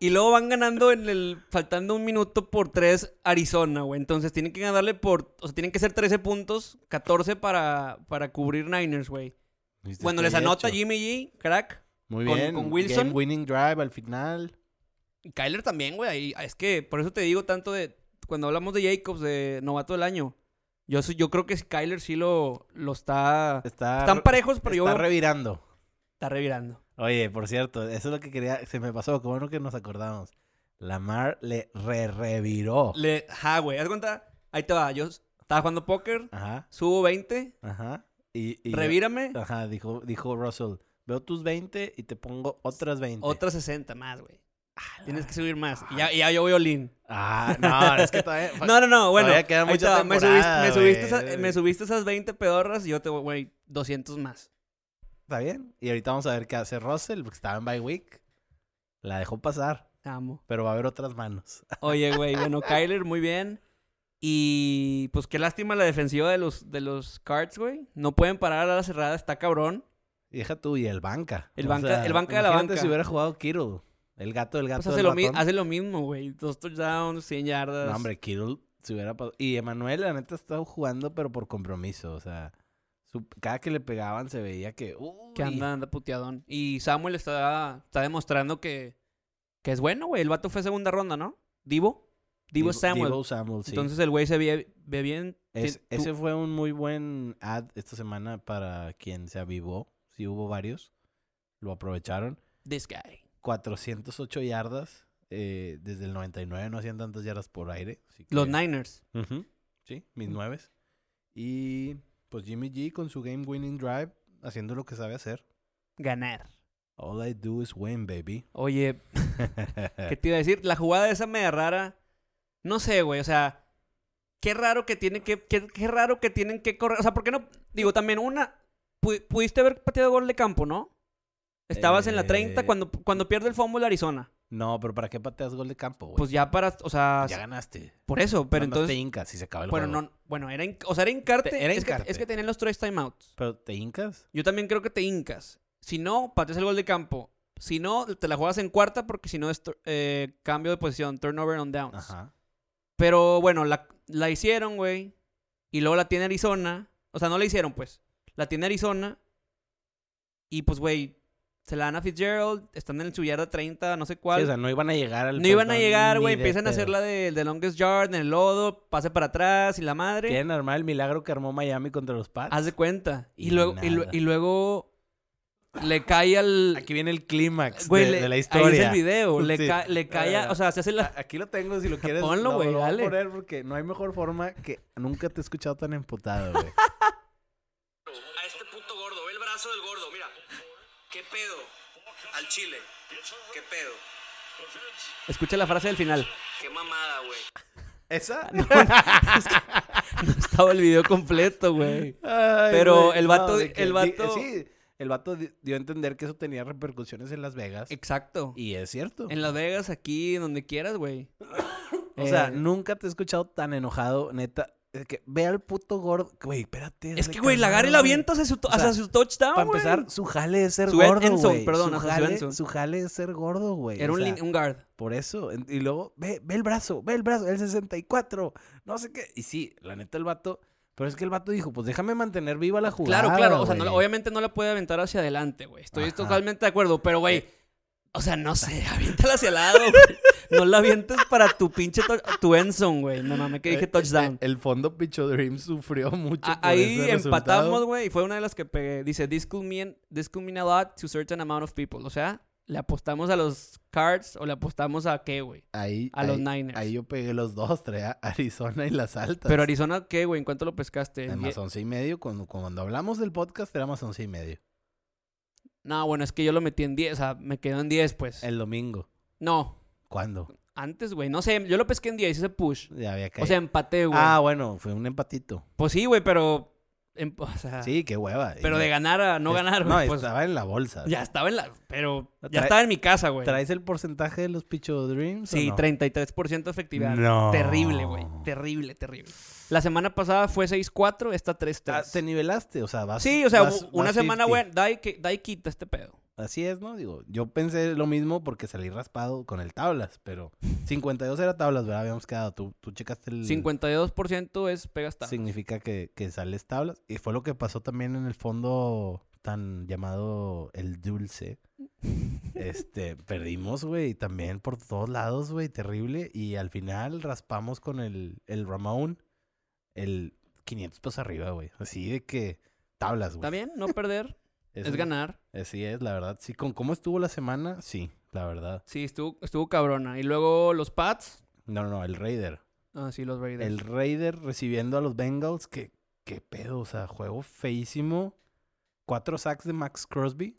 [SPEAKER 2] Y luego van ganando en el. Faltando un minuto por tres, Arizona, güey. Entonces tienen que ganarle por. O sea, tienen que ser 13 puntos, 14 para, para cubrir Niners, güey. Cuando les anota
[SPEAKER 1] Jim
[SPEAKER 2] Jimmy G, crack.
[SPEAKER 1] Muy
[SPEAKER 2] con-
[SPEAKER 1] bien.
[SPEAKER 2] con Wilson.
[SPEAKER 1] Game winning drive al final.
[SPEAKER 2] Y Kyler también, güey. ahí- Es que por eso te digo tanto de. Cuando hablamos de Jacobs, de novato del año. Yo, soy- yo creo que Kyler sí lo, lo está.
[SPEAKER 1] Está,
[SPEAKER 2] Están parejos, pero
[SPEAKER 1] está
[SPEAKER 2] yo.
[SPEAKER 1] revirando.
[SPEAKER 2] Está revirando.
[SPEAKER 1] Oye, por cierto, eso es lo que quería. Se me pasó. Qué bueno que nos acordamos. Lamar le re reviró.
[SPEAKER 2] Le, ja, güey. ¿Haz cuenta? Ahí te va. Yo estaba jugando póker,
[SPEAKER 1] Ajá,
[SPEAKER 2] subo 20,
[SPEAKER 1] ajá. Y, y yo-
[SPEAKER 2] revírame,
[SPEAKER 1] Ajá, dijo, dijo Russell. Veo tus 20 y te pongo otras 20.
[SPEAKER 2] otras 60 más, güey. Tienes que subir más. Y ya, y ya yo voy all-in.
[SPEAKER 1] Ah, no, es que todavía.
[SPEAKER 2] No, no, no, bueno.
[SPEAKER 1] Todavía queda
[SPEAKER 2] ahí
[SPEAKER 1] mucha
[SPEAKER 2] está, me subiste,
[SPEAKER 1] temporada,
[SPEAKER 2] me, subiste
[SPEAKER 1] güey.
[SPEAKER 2] esa- me subiste esas 20 pedorras y yo te voy, güey, 200 más.
[SPEAKER 1] Está bien. Y ahorita vamos a ver qué hace Russell, porque estaba en bye week. La dejó pasar,
[SPEAKER 2] Te amo.
[SPEAKER 1] pero va a haber otras manos.
[SPEAKER 2] Oye, güey, bueno, Kyler, muy bien. Y pues qué lástima la defensiva de los, de los Cards, güey. No pueden parar a la cerrada, está cabrón.
[SPEAKER 1] Y deja tú, y el banca.
[SPEAKER 2] El banca- el banca de la
[SPEAKER 1] imagínate
[SPEAKER 2] banca.
[SPEAKER 1] si hubiera jugado Kittle. El gato, el gato,
[SPEAKER 2] Pues hace
[SPEAKER 1] el
[SPEAKER 2] lo, mi-
[SPEAKER 1] ratón.
[SPEAKER 2] hace lo mismo, güey. Dos touchdowns, 100 yardas.
[SPEAKER 1] No, hombre, Kittle se hubiera pasado. Y Emanuel, la neta, estaba jugando, pero por compromiso. O sea, su- cada que le pegaban se veía que. Uy,
[SPEAKER 2] Que anda, anda puteadón. Y Samuel está, está demostrando que, que es bueno, güey. El vato fue segunda ronda, ¿no? Divo. Divo, Samuel.
[SPEAKER 1] Divo Samuel, sí.
[SPEAKER 2] Entonces el güey se ve, ve bien.
[SPEAKER 1] Es-
[SPEAKER 2] Tien-
[SPEAKER 1] ese
[SPEAKER 2] tú-
[SPEAKER 1] fue un muy buen ad esta semana para quien se avivó. Sí, hubo varios. Lo aprovecharon.
[SPEAKER 2] This guy.
[SPEAKER 1] 408 yardas. eh, desde el 99 no hacían tantas yardas por aire. así que-
[SPEAKER 2] Los Niners.
[SPEAKER 1] Ujú, Sí, mis nueves. Y pues Jimmy G con su game winning drive, haciendo lo que sabe hacer.
[SPEAKER 2] Ganar.
[SPEAKER 1] All I do is win, baby.
[SPEAKER 2] Oye, ¿qué te iba a decir? La jugada de esa media rara. No sé, güey. O sea, qué raro que tienen que. Qué, qué raro que tienen que correr. O sea, ¿por qué no? Digo, también una. pu- pudiste haber pateado gol de campo, ¿no? Estabas en la 30
[SPEAKER 1] Eh.
[SPEAKER 2] cuando, cuando pierde el fumble Arizona.
[SPEAKER 1] no, pero ¿para qué pateas gol de campo, güey?
[SPEAKER 2] Pues ya para. O sea.
[SPEAKER 1] ya ganaste.
[SPEAKER 2] Por eso, pero
[SPEAKER 1] Nada más te
[SPEAKER 2] entonces.
[SPEAKER 1] hincas y se acaba el
[SPEAKER 2] Bueno,
[SPEAKER 1] juego.
[SPEAKER 2] no, bueno, era, hin- o sea, era hincarte.
[SPEAKER 1] Te- era
[SPEAKER 2] es, que,
[SPEAKER 1] hincarte.
[SPEAKER 2] es que tenían los tres timeouts.
[SPEAKER 1] Pero te hincas.
[SPEAKER 2] Yo también creo que te hincas. Si no, pateas el gol de campo. Si no, te la juegas en cuarta porque si no es tur- eh, cambio de posición, turnover on downs.
[SPEAKER 1] Ajá.
[SPEAKER 2] Pero bueno, la, la hicieron, güey. Y luego la tiene Arizona. O sea, no la hicieron, pues. La tiene Arizona. Y pues, güey, se la dan a Fitzgerald. Están en su yarda 30, no sé cuál.
[SPEAKER 1] Sí, o sea, no iban a llegar al.
[SPEAKER 2] no iban
[SPEAKER 1] touchdown
[SPEAKER 2] a llegar,
[SPEAKER 1] ni
[SPEAKER 2] güey.
[SPEAKER 1] de
[SPEAKER 2] Empiezan a
[SPEAKER 1] pedo.
[SPEAKER 2] hacer la de, de longest yard, en el lodo, pase para atrás y la madre.
[SPEAKER 1] Quieren armar el milagro que armó Miami contra los Pats.
[SPEAKER 2] Haz de cuenta. Y,
[SPEAKER 1] Y
[SPEAKER 2] luego, y, lu-
[SPEAKER 1] nada.
[SPEAKER 2] y luego le cae al.
[SPEAKER 1] Aquí viene el clímax
[SPEAKER 2] güey,
[SPEAKER 1] de,
[SPEAKER 2] le-
[SPEAKER 1] de la
[SPEAKER 2] Ahí es
[SPEAKER 1] historia.
[SPEAKER 2] el video. Le,
[SPEAKER 1] Sí.
[SPEAKER 2] ca- le cae. a- o sea, se hace la.
[SPEAKER 1] A- Aquí lo tengo si lo quieres.
[SPEAKER 2] Ponlo,
[SPEAKER 1] lo-
[SPEAKER 2] güey,
[SPEAKER 1] Lo voy a
[SPEAKER 2] dale.
[SPEAKER 1] poner porque no hay mejor forma que nunca te he escuchado tan emputado, güey.
[SPEAKER 3] A este puto gordo, ve el brazo del gordo, mira. ¿Qué pedo? Al chile. ¿Qué pedo?
[SPEAKER 2] Escucha la frase del final.
[SPEAKER 3] ¿Qué mamada, güey?
[SPEAKER 1] Esa.
[SPEAKER 2] Estaba el video completo, güey.
[SPEAKER 1] Ay,
[SPEAKER 2] Pero
[SPEAKER 1] güey,
[SPEAKER 2] el vato-
[SPEAKER 1] de que
[SPEAKER 2] el
[SPEAKER 1] di-
[SPEAKER 2] vato-
[SPEAKER 1] sí, el vato di- dio a entender que eso tenía repercusiones en Las Vegas.
[SPEAKER 2] Exacto.
[SPEAKER 1] Y es cierto.
[SPEAKER 2] En Las Vegas, aquí, donde quieras, güey.
[SPEAKER 1] O sea,
[SPEAKER 2] Eh,
[SPEAKER 1] nunca te he escuchado tan enojado, neta. Es que ve al puto gordo. Güey, espérate.
[SPEAKER 2] Es
[SPEAKER 1] dale
[SPEAKER 2] que, güey, la
[SPEAKER 1] calmado,
[SPEAKER 2] agarra y la
[SPEAKER 1] güey.
[SPEAKER 2] avienta hacia su, to-
[SPEAKER 1] O sea,
[SPEAKER 2] hacia su touchdown,
[SPEAKER 1] Para
[SPEAKER 2] güey.
[SPEAKER 1] empezar, su jale es ser
[SPEAKER 2] Su Ed
[SPEAKER 1] gordo,
[SPEAKER 2] Enson,
[SPEAKER 1] güey.
[SPEAKER 2] perdón,
[SPEAKER 1] su
[SPEAKER 2] ajá, su
[SPEAKER 1] jale,
[SPEAKER 2] Enson.
[SPEAKER 1] su jale es ser gordo, güey.
[SPEAKER 2] Era
[SPEAKER 1] o
[SPEAKER 2] un,
[SPEAKER 1] sea,
[SPEAKER 2] lin- un guard.
[SPEAKER 1] Por eso. en- Y luego, ve, ve el brazo, ve el brazo, el 64. No sé qué. Y sí, la neta, el vato. Pero es que el vato dijo, pues déjame mantener viva la jugada.
[SPEAKER 2] Claro, claro. O sea, no la-
[SPEAKER 1] güey.
[SPEAKER 2] obviamente no la puede aventar hacia adelante, güey. Estoy
[SPEAKER 1] Ajá. Eh.
[SPEAKER 2] totalmente de acuerdo, pero, güey. O sea, no sé, aviéntala hacia el lado, güey. No la avientes para tu pinche to- tu Enson, güey. No mames, que dije
[SPEAKER 1] Eh, eh,
[SPEAKER 2] touchdown.
[SPEAKER 1] El fondo Picho Dream sufrió mucho.
[SPEAKER 2] A-
[SPEAKER 1] por
[SPEAKER 2] ahí
[SPEAKER 1] ese resultado.
[SPEAKER 2] empatamos, güey, y fue una de las que pegué. Dice, this could, mean, this could mean a lot to certain amount of people. O sea, le apostamos a los Cards o le apostamos a qué, güey.
[SPEAKER 1] Ahí,
[SPEAKER 2] A los
[SPEAKER 1] ahí-
[SPEAKER 2] Niners.
[SPEAKER 1] Ahí yo pegué los dos, traía Arizona y las altas.
[SPEAKER 2] Pero Arizona, ¿qué, güey? ¿En cuánto lo pescaste?
[SPEAKER 1] Eh,
[SPEAKER 2] ¿En
[SPEAKER 1] más
[SPEAKER 2] die-
[SPEAKER 1] once y medio, cuando, cuando hablamos del podcast era más once y medio.
[SPEAKER 2] No, bueno, es que yo lo metí en 10, o sea, me quedó en 10, pues.
[SPEAKER 1] El domingo.
[SPEAKER 2] No,
[SPEAKER 1] ¿Cuándo?
[SPEAKER 2] antes, güey, no sé, yo lo pesqué en 10, ese push.
[SPEAKER 1] Ya había caído.
[SPEAKER 2] O sea, empaté, güey.
[SPEAKER 1] ah, bueno, fue un empatito.
[SPEAKER 2] Pues sí, güey, pero... em- o sea,
[SPEAKER 1] Sí, qué hueva.
[SPEAKER 2] Pero
[SPEAKER 1] Y-
[SPEAKER 2] de ganar a no
[SPEAKER 1] es-
[SPEAKER 2] ganar,
[SPEAKER 1] No,
[SPEAKER 2] güey. pues,
[SPEAKER 1] estaba en la bolsa.
[SPEAKER 2] ya estaba en la... Pero ya
[SPEAKER 1] Trae-
[SPEAKER 2] estaba en mi casa, güey.
[SPEAKER 1] ¿Traes el porcentaje de los Picho Dreams? o
[SPEAKER 2] Sí,
[SPEAKER 1] no?
[SPEAKER 2] 33% de efectividad.
[SPEAKER 1] No.
[SPEAKER 2] Terrible, güey. Terrible, terrible. La semana pasada fue 6-4, esta
[SPEAKER 1] Ah,
[SPEAKER 2] 3-3.
[SPEAKER 1] Te nivelaste, o sea, vas.
[SPEAKER 2] Sí, o sea,
[SPEAKER 1] vas-
[SPEAKER 2] una
[SPEAKER 1] vas
[SPEAKER 2] semana
[SPEAKER 1] 50.
[SPEAKER 2] buena. Da y, que- da y quita este pedo.
[SPEAKER 1] Así es, ¿no? Digo, yo pensé lo mismo porque salí raspado con el tablas, pero 52 era tablas, ¿verdad? Habíamos quedado. Tú, tú checaste el.
[SPEAKER 2] 52% es pegas tablas.
[SPEAKER 1] Significa que, que sales tablas. Y fue lo que pasó también en el fondo tan llamado el dulce. Este, perdimos, güey, también por todos lados, güey, terrible. Y al final raspamos con el, el Ramón, el 500 pesos arriba, güey. Así de que tablas, güey.
[SPEAKER 2] Está bien, no perder, es ganar.
[SPEAKER 1] Así es, la verdad. Sí, con cómo estuvo la semana, sí, la verdad.
[SPEAKER 2] Sí, estuvo, estuvo cabrona. Y luego los Pats.
[SPEAKER 1] No, no, no, el Raider.
[SPEAKER 2] Ah, sí, los Raiders.
[SPEAKER 1] El Raider recibiendo a los Bengals. que qué pedo? O sea, juego feísimo. Cuatro sacks de Max Crosby.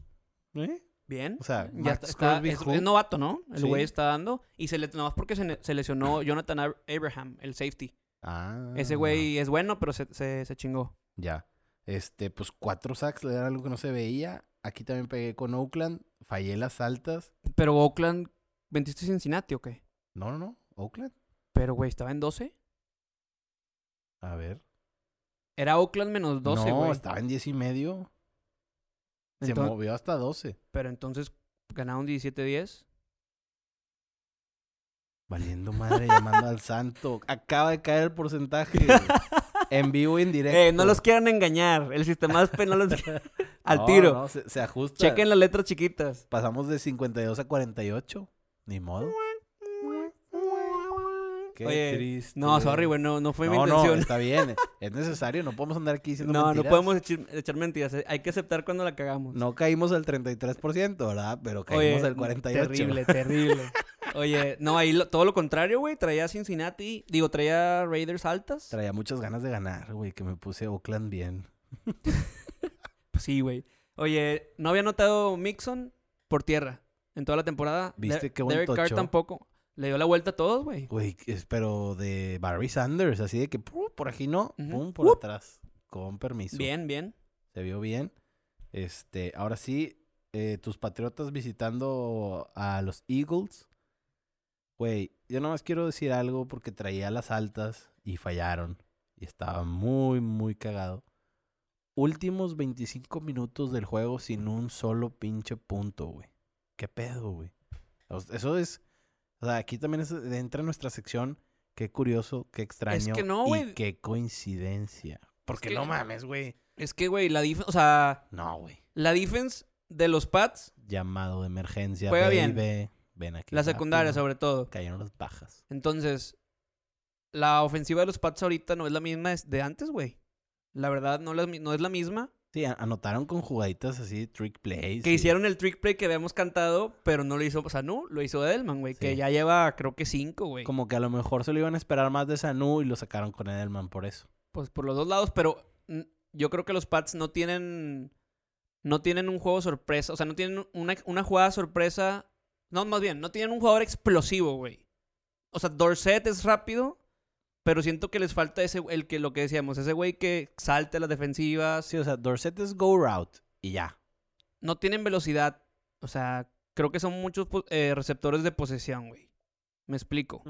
[SPEAKER 1] ¿Eh?
[SPEAKER 2] Bien.
[SPEAKER 1] O sea,
[SPEAKER 2] ya
[SPEAKER 1] Max
[SPEAKER 2] está, está-
[SPEAKER 1] Crosby
[SPEAKER 2] es,
[SPEAKER 1] jugó-
[SPEAKER 2] es novato, ¿no? El
[SPEAKER 1] Sí.
[SPEAKER 2] güey está dando. Y se le, nomás porque se, ne- se lesionó Jonathan Ab- Abraham, el safety.
[SPEAKER 1] Ah.
[SPEAKER 2] Ese güey es bueno, pero se, se, se chingó.
[SPEAKER 1] Ya. Este, pues cuatro sacks era algo que no se veía. Aquí también pegué con Oakland. Fallé las altas.
[SPEAKER 2] Pero Oakland, ¿vendiste Cincinnati o qué?
[SPEAKER 1] No, no, no. Oakland.
[SPEAKER 2] Pero, güey, estaba en 12.
[SPEAKER 1] A ver.
[SPEAKER 2] Era Oakland menos 12,
[SPEAKER 1] no,
[SPEAKER 2] güey.
[SPEAKER 1] estaba en 10 y medio.
[SPEAKER 2] Enton-
[SPEAKER 1] Se movió hasta 12.
[SPEAKER 2] Pero entonces ganaron 17-10.
[SPEAKER 1] Valiendo madre, llamando al santo. Acaba de caer el porcentaje. güey. en vivo y en directo.
[SPEAKER 2] Eh, no los quieran engañar. El sistema ASPE no los al
[SPEAKER 1] No,
[SPEAKER 2] tiro.
[SPEAKER 1] no, se, se ajusta.
[SPEAKER 2] Chequen las letras chiquitas.
[SPEAKER 1] Pasamos de 52 a 48. Ni modo. Qué
[SPEAKER 2] Oye,
[SPEAKER 1] triste.
[SPEAKER 2] No, sorry, güey, no, no fue mi
[SPEAKER 1] No, no,
[SPEAKER 2] intención.
[SPEAKER 1] está bien. eh, Es necesario. No podemos andar aquí diciendo
[SPEAKER 2] No, no,
[SPEAKER 1] mentiras.
[SPEAKER 2] podemos echar, echar mentiras. eh, Hay que aceptar cuando la cagamos.
[SPEAKER 1] No caímos al 33%, ¿verdad? Pero
[SPEAKER 2] Oye,
[SPEAKER 1] caímos al 48%.
[SPEAKER 2] Terrible, terrible. Oye, no, ahí lo- todo lo contrario, güey. Traía Cincinnati, digo, traía Raiders altas.
[SPEAKER 1] Traía muchas ganas de ganar, güey, que me puse Oakland bien.
[SPEAKER 2] Pues sí, güey. Oye, no había notado Mixon por tierra en toda la temporada.
[SPEAKER 1] ¿Viste
[SPEAKER 2] Der-
[SPEAKER 1] qué buen
[SPEAKER 2] Derek Carr
[SPEAKER 1] tocho?
[SPEAKER 2] tampoco. Le dio la vuelta a todos, güey.
[SPEAKER 1] Güey, es- pero de Barry Sanders, así de que ¡pum! por aquí no,
[SPEAKER 2] Ujú.
[SPEAKER 1] pum, por
[SPEAKER 2] ¡Wup!
[SPEAKER 1] atrás. Con permiso.
[SPEAKER 2] Bien, bien.
[SPEAKER 1] Se vio bien. Este, ahora sí, eh, tus patriotas visitando a los Eagles. Güey, yo nomás quiero decir algo porque traía las altas y fallaron. Y estaba muy, muy cagado. Últimos 25 minutos del juego sin un solo pinche punto, güey. ¿Qué pedo, güey? O sea, Eso es. O sea, aquí también es- entra nuestra sección. Qué curioso, qué extraño.
[SPEAKER 2] no,
[SPEAKER 1] Y
[SPEAKER 2] güey.
[SPEAKER 1] qué coincidencia. Porque
[SPEAKER 2] que-
[SPEAKER 1] no mames, güey.
[SPEAKER 2] Es que, güey, la defense, o sea,
[SPEAKER 1] No, güey.
[SPEAKER 2] la defense de los Pats,
[SPEAKER 1] Llamado de emergencia.
[SPEAKER 2] Juega
[SPEAKER 1] Juega
[SPEAKER 2] bien.
[SPEAKER 1] bien. Ven aquí.
[SPEAKER 2] la secundaria
[SPEAKER 1] rápido.
[SPEAKER 2] sobre todo.
[SPEAKER 1] Cayeron las bajas.
[SPEAKER 2] Entonces, la ofensiva de los Pats ahorita no es la misma es- de antes, güey. La verdad, no, la mi- no es la misma.
[SPEAKER 1] Sí, a- anotaron con jugaditas así, trick plays.
[SPEAKER 2] Que
[SPEAKER 1] y-
[SPEAKER 2] hicieron el trick play que habíamos cantado, pero no lo hizo Sanu, lo hizo Edelman, güey. Que
[SPEAKER 1] Sí.
[SPEAKER 2] ya lleva, creo que cinco, güey.
[SPEAKER 1] Como que a lo mejor se lo iban a esperar más de Sanu y lo sacaron con Edelman por eso.
[SPEAKER 2] Pues por los dos lados, pero mm, yo creo que los Pats no tienen. No tienen un juego sorpresa. O sea, no tienen una, una jugada sorpresa. No, más bien, no tienen un jugador explosivo, güey. O sea, Dorset es rápido, pero siento que les falta ese el que lo que decíamos, ese güey que salte a las defensivas.
[SPEAKER 1] Sí, o sea, Dorset es go route y ya.
[SPEAKER 2] No tienen velocidad. O sea, creo que son muchos po- eh, receptores de posesión, güey. Me explico.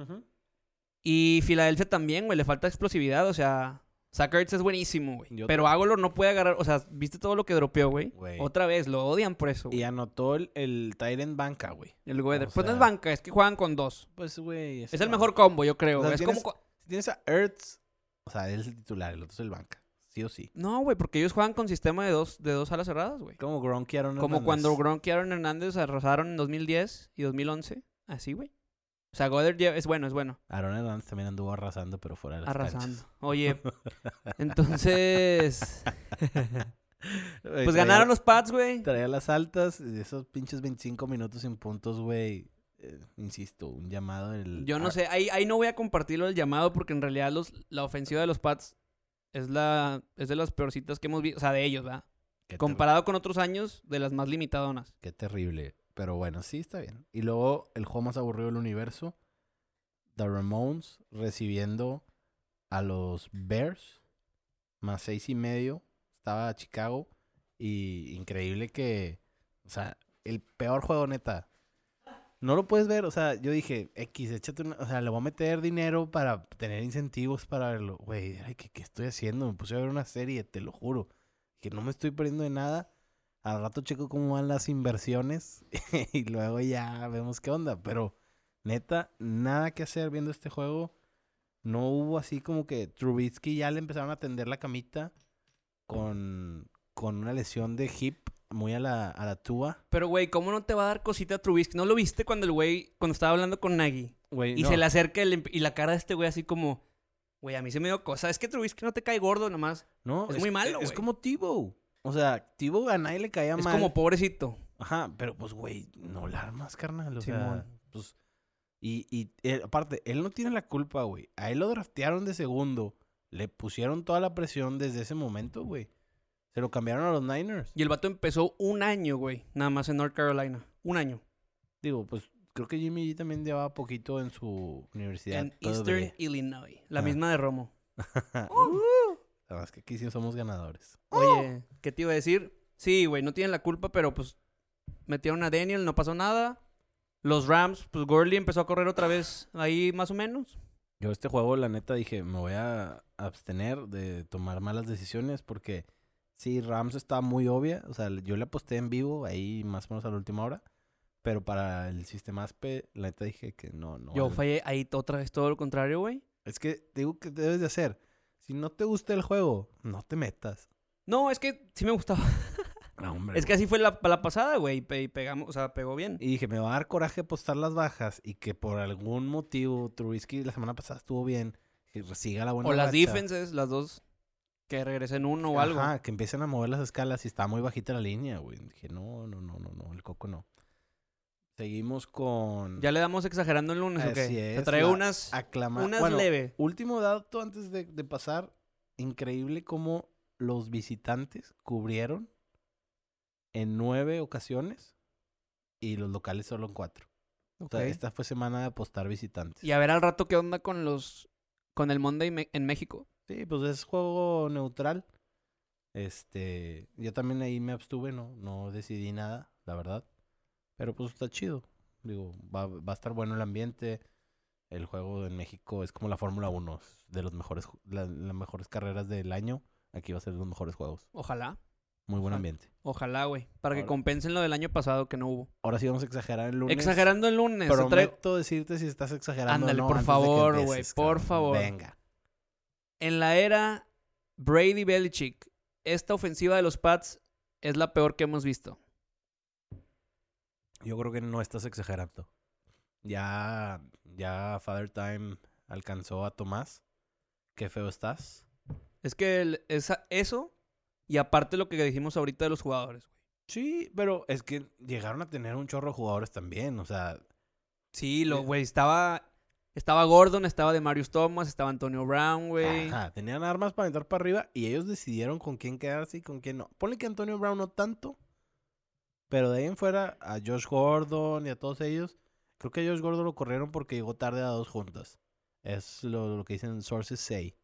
[SPEAKER 2] Y Filadelfia también, güey, le falta explosividad, o sea, Zach Ertz es buenísimo, güey.
[SPEAKER 1] Yo
[SPEAKER 2] Pero Agolor no puede agarrar, o sea, ¿viste todo lo que dropeó, güey?
[SPEAKER 1] Güey.
[SPEAKER 2] Otra vez, lo odian por eso,
[SPEAKER 1] Y
[SPEAKER 2] güey.
[SPEAKER 1] anotó el, el Tyrant Banca, güey.
[SPEAKER 2] El Weather.
[SPEAKER 1] o
[SPEAKER 2] pues no es
[SPEAKER 1] sea-
[SPEAKER 2] banca, es que juegan con dos.
[SPEAKER 1] Pues, güey.
[SPEAKER 2] Es el mejor combo, yo creo.
[SPEAKER 1] O sea,
[SPEAKER 2] güey. es como...
[SPEAKER 1] tienes-
[SPEAKER 2] cu-
[SPEAKER 1] Si tienes a Ertz, o sea, él es el titular, el otro es el Banca. Sí o sí.
[SPEAKER 2] No, güey, porque ellos juegan con sistema de dos, de dos alas cerradas, güey.
[SPEAKER 1] Como Gronk y Aaron
[SPEAKER 2] Como
[SPEAKER 1] Hernández.
[SPEAKER 2] cuando Gronk y Aaron Hernández arrasaron en 2010 y 2011. Así, güey. O sea, Goddard lleva- es bueno, es bueno.
[SPEAKER 1] Aaron Hernández también anduvo arrasando, pero fuera de las
[SPEAKER 2] Arrasando.
[SPEAKER 1] canchas.
[SPEAKER 2] Oye, entonces...
[SPEAKER 1] Güey,
[SPEAKER 2] Pues
[SPEAKER 1] traía-
[SPEAKER 2] ganaron los Pats, güey.
[SPEAKER 1] Traía las altas, y esos pinches 25 minutos sin puntos, güey. eh, insisto, un llamado del...
[SPEAKER 2] Yo no
[SPEAKER 1] ar-
[SPEAKER 2] sé, ahí, ahí no voy a compartirlo el llamado porque en realidad los, la ofensiva de los Pats es la es de las peorcitas que hemos visto, o sea, de ellos, ¿verdad?
[SPEAKER 1] Qué, ter-
[SPEAKER 2] Comparado con otros años, de las más limitadonas.
[SPEAKER 1] qué terrible. Pero bueno, sí, está bien. Y luego, el juego más aburrido del universo. The Ramones recibiendo a los Bears. Más seis y medio. Estaba Chicago. Y increíble que... O sea, el peor juego, neta. No lo puedes ver, o sea, yo dije, X, échate una, o sea, le voy a meter dinero para tener incentivos para verlo. Güey, ay, ¿qué, qué estoy haciendo? Me puse a ver una serie, te lo juro. Que no me estoy perdiendo de nada. Al rato checo cómo van las inversiones y luego ya vemos qué onda. Pero, neta, nada que hacer viendo este juego. No hubo así como que Trubisky ya le empezaron a tender la camita con, con una lesión de hip muy a la, a la túa.
[SPEAKER 2] Pero, güey, ¿cómo no te va a dar cosita Trubisky? ¿No lo viste cuando el güey, cuando estaba hablando con Nagy? Y se le acerca el- y la cara de este güey así como, güey, a mí se me dio cosa. Es que Trubisky no te cae gordo nomás.
[SPEAKER 1] No,
[SPEAKER 2] Es muy malo,
[SPEAKER 1] Es
[SPEAKER 2] güey.
[SPEAKER 1] como Tibo. O sea, Tibo a nadie le caía
[SPEAKER 2] es
[SPEAKER 1] mal.
[SPEAKER 2] como pobrecito.
[SPEAKER 1] Ajá, pero pues, güey, no la armas, carnal. O sea,
[SPEAKER 2] Simón.
[SPEAKER 1] pues. Y, y eh, aparte, él no tiene la culpa, güey. A él lo draftearon de segundo. Le pusieron toda la presión desde ese momento, güey. Se lo cambiaron a los Niners.
[SPEAKER 2] Y el vato empezó un año, güey, nada más en North Carolina. Un año.
[SPEAKER 1] Digo, pues creo que Jimmy G también llevaba poquito en su universidad.
[SPEAKER 2] en
[SPEAKER 1] todavía.
[SPEAKER 2] Eastern Illinois. La
[SPEAKER 1] Ah.
[SPEAKER 2] misma de Romo.
[SPEAKER 1] Nada más que aquí sí somos ganadores.
[SPEAKER 2] Oye, ¿qué te iba a decir? Sí, güey, no tienen la culpa, pero pues metieron a Daniel, no pasó nada. Los Rams, pues Gurley empezó a correr otra vez ahí más o menos.
[SPEAKER 1] Yo este juego, la neta, dije, me voy a abstener de tomar malas decisiones porque sí, Rams estaba muy obvia. O sea, yo le aposté en vivo ahí más o menos a la última hora. Pero para el sistema ASPE, la neta dije que no, no.
[SPEAKER 2] Yo
[SPEAKER 1] vale.
[SPEAKER 2] fallé ahí t- otra vez todo lo contrario, güey.
[SPEAKER 1] Es que te digo que debes de hacer. Si no te gusta el juego, no te metas.
[SPEAKER 2] No, es que sí me gustaba.
[SPEAKER 1] No, hombre.
[SPEAKER 2] Es que así fue la, la pasada, güey. Y, pe- y pegamos, o sea, pegó bien.
[SPEAKER 1] Y dije, me va a dar coraje apostar las bajas y que por algún motivo Trubisky la semana pasada estuvo bien. Que siga la buena
[SPEAKER 2] o las
[SPEAKER 1] racha.
[SPEAKER 2] defenses, las dos, que regresen uno o algo.
[SPEAKER 1] Ajá, que empiecen a mover las escalas y está muy bajita la línea, güey. Dije, no, no, no, no, no, el coco no. Seguimos con...
[SPEAKER 2] Ya le damos exagerando el lunes, ¿o qué?
[SPEAKER 1] Así
[SPEAKER 2] Te
[SPEAKER 1] es,
[SPEAKER 2] traigo
[SPEAKER 1] la-
[SPEAKER 2] unas,
[SPEAKER 1] aclamar.
[SPEAKER 2] unas
[SPEAKER 1] bueno,
[SPEAKER 2] leve.
[SPEAKER 1] último dato antes de, de pasar. Increíble cómo los visitantes cubrieron en nueve ocasiones y los locales solo en cuatro. O sea,
[SPEAKER 2] Ok.
[SPEAKER 1] esta fue semana de apostar visitantes.
[SPEAKER 2] Y a ver al rato qué onda con los... Con el Monday me- en México.
[SPEAKER 1] Sí, pues es juego neutral. Este, yo también ahí me abstuve, no, no decidí nada, la verdad. Pero pues está chido. Digo, va, va a estar bueno el ambiente. El juego en México es como la Fórmula 1, es de los mejores, ju- la- las mejores carreras del año. Aquí va a ser los mejores juegos.
[SPEAKER 2] Ojalá.
[SPEAKER 1] Muy buen
[SPEAKER 2] Ojalá.
[SPEAKER 1] ambiente.
[SPEAKER 2] Ojalá, güey. Para que
[SPEAKER 1] Ahora-
[SPEAKER 2] compensen lo del año pasado que no hubo.
[SPEAKER 1] Ahora sí vamos a exagerar el lunes.
[SPEAKER 2] Exagerando el lunes. te
[SPEAKER 1] Prometo
[SPEAKER 2] traigo-
[SPEAKER 1] decirte si estás exagerando. o
[SPEAKER 2] Ándale,
[SPEAKER 1] no
[SPEAKER 2] por
[SPEAKER 1] antes de que
[SPEAKER 2] favor, güey,
[SPEAKER 1] empieces,
[SPEAKER 2] por
[SPEAKER 1] cabrón.
[SPEAKER 2] favor.
[SPEAKER 1] Venga.
[SPEAKER 2] En la era Brady Belichick, esta ofensiva de los Pats es la peor que hemos visto.
[SPEAKER 1] Yo creo que no estás exagerando. Ya, ya Father Time alcanzó a Tomás. Qué feo estás.
[SPEAKER 2] Es que el- esa- eso y aparte lo que dijimos ahorita de los jugadores. güey.
[SPEAKER 1] Sí, pero es que llegaron a tener un chorro de jugadores también. O sea,
[SPEAKER 2] Sí, lo
[SPEAKER 1] Sí.
[SPEAKER 2] güey estaba estaba Gordon, estaba de Marius Thomas, estaba Antonio Brown, güey.
[SPEAKER 1] ajá, tenían armas para entrar para arriba y ellos decidieron con quién quedarse y con quién no. Ponle que Antonio Brown no tanto, pero de ahí en fuera a Josh Gordon y a todos ellos. Creo que a Josh Gordon lo corrieron porque llegó tarde a dos juntas. Es lo, lo que dicen sources say.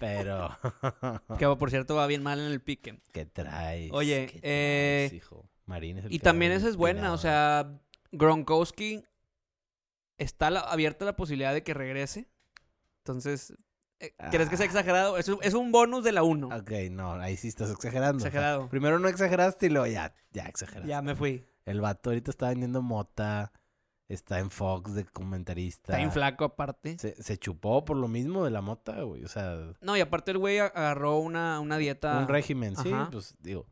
[SPEAKER 1] Pero...
[SPEAKER 2] Que por cierto va bien mal en el pique.
[SPEAKER 1] ¿Qué traes?
[SPEAKER 2] Oye,
[SPEAKER 1] ¿Qué
[SPEAKER 2] eh,
[SPEAKER 1] traes, hijo? Marín es el
[SPEAKER 2] Y
[SPEAKER 1] que
[SPEAKER 2] también
[SPEAKER 1] da
[SPEAKER 2] esa
[SPEAKER 1] el
[SPEAKER 2] es buena,
[SPEAKER 1] peinado.
[SPEAKER 2] o sea, Gronkowski está la- abierta la posibilidad de que regrese. Entonces, eh, ¿crees que sea
[SPEAKER 1] Ah.
[SPEAKER 2] exagerado? Es, un- es un bonus de la 1.
[SPEAKER 1] Ok, no, ahí sí estás exagerando. o sea,
[SPEAKER 2] Exagerado.
[SPEAKER 1] primero no exageraste y luego ya, ya exageraste.
[SPEAKER 2] Ya me fui.
[SPEAKER 1] El vato ahorita está vendiendo mota, está en Fox de comentarista.
[SPEAKER 2] Está bien flaco aparte.
[SPEAKER 1] Se, se chupó por lo mismo de la mota, güey. O sea,
[SPEAKER 2] No, y aparte el güey a- agarró una, una dieta.
[SPEAKER 1] un régimen, sí.
[SPEAKER 2] Ah, Ajá.
[SPEAKER 1] Pues digo,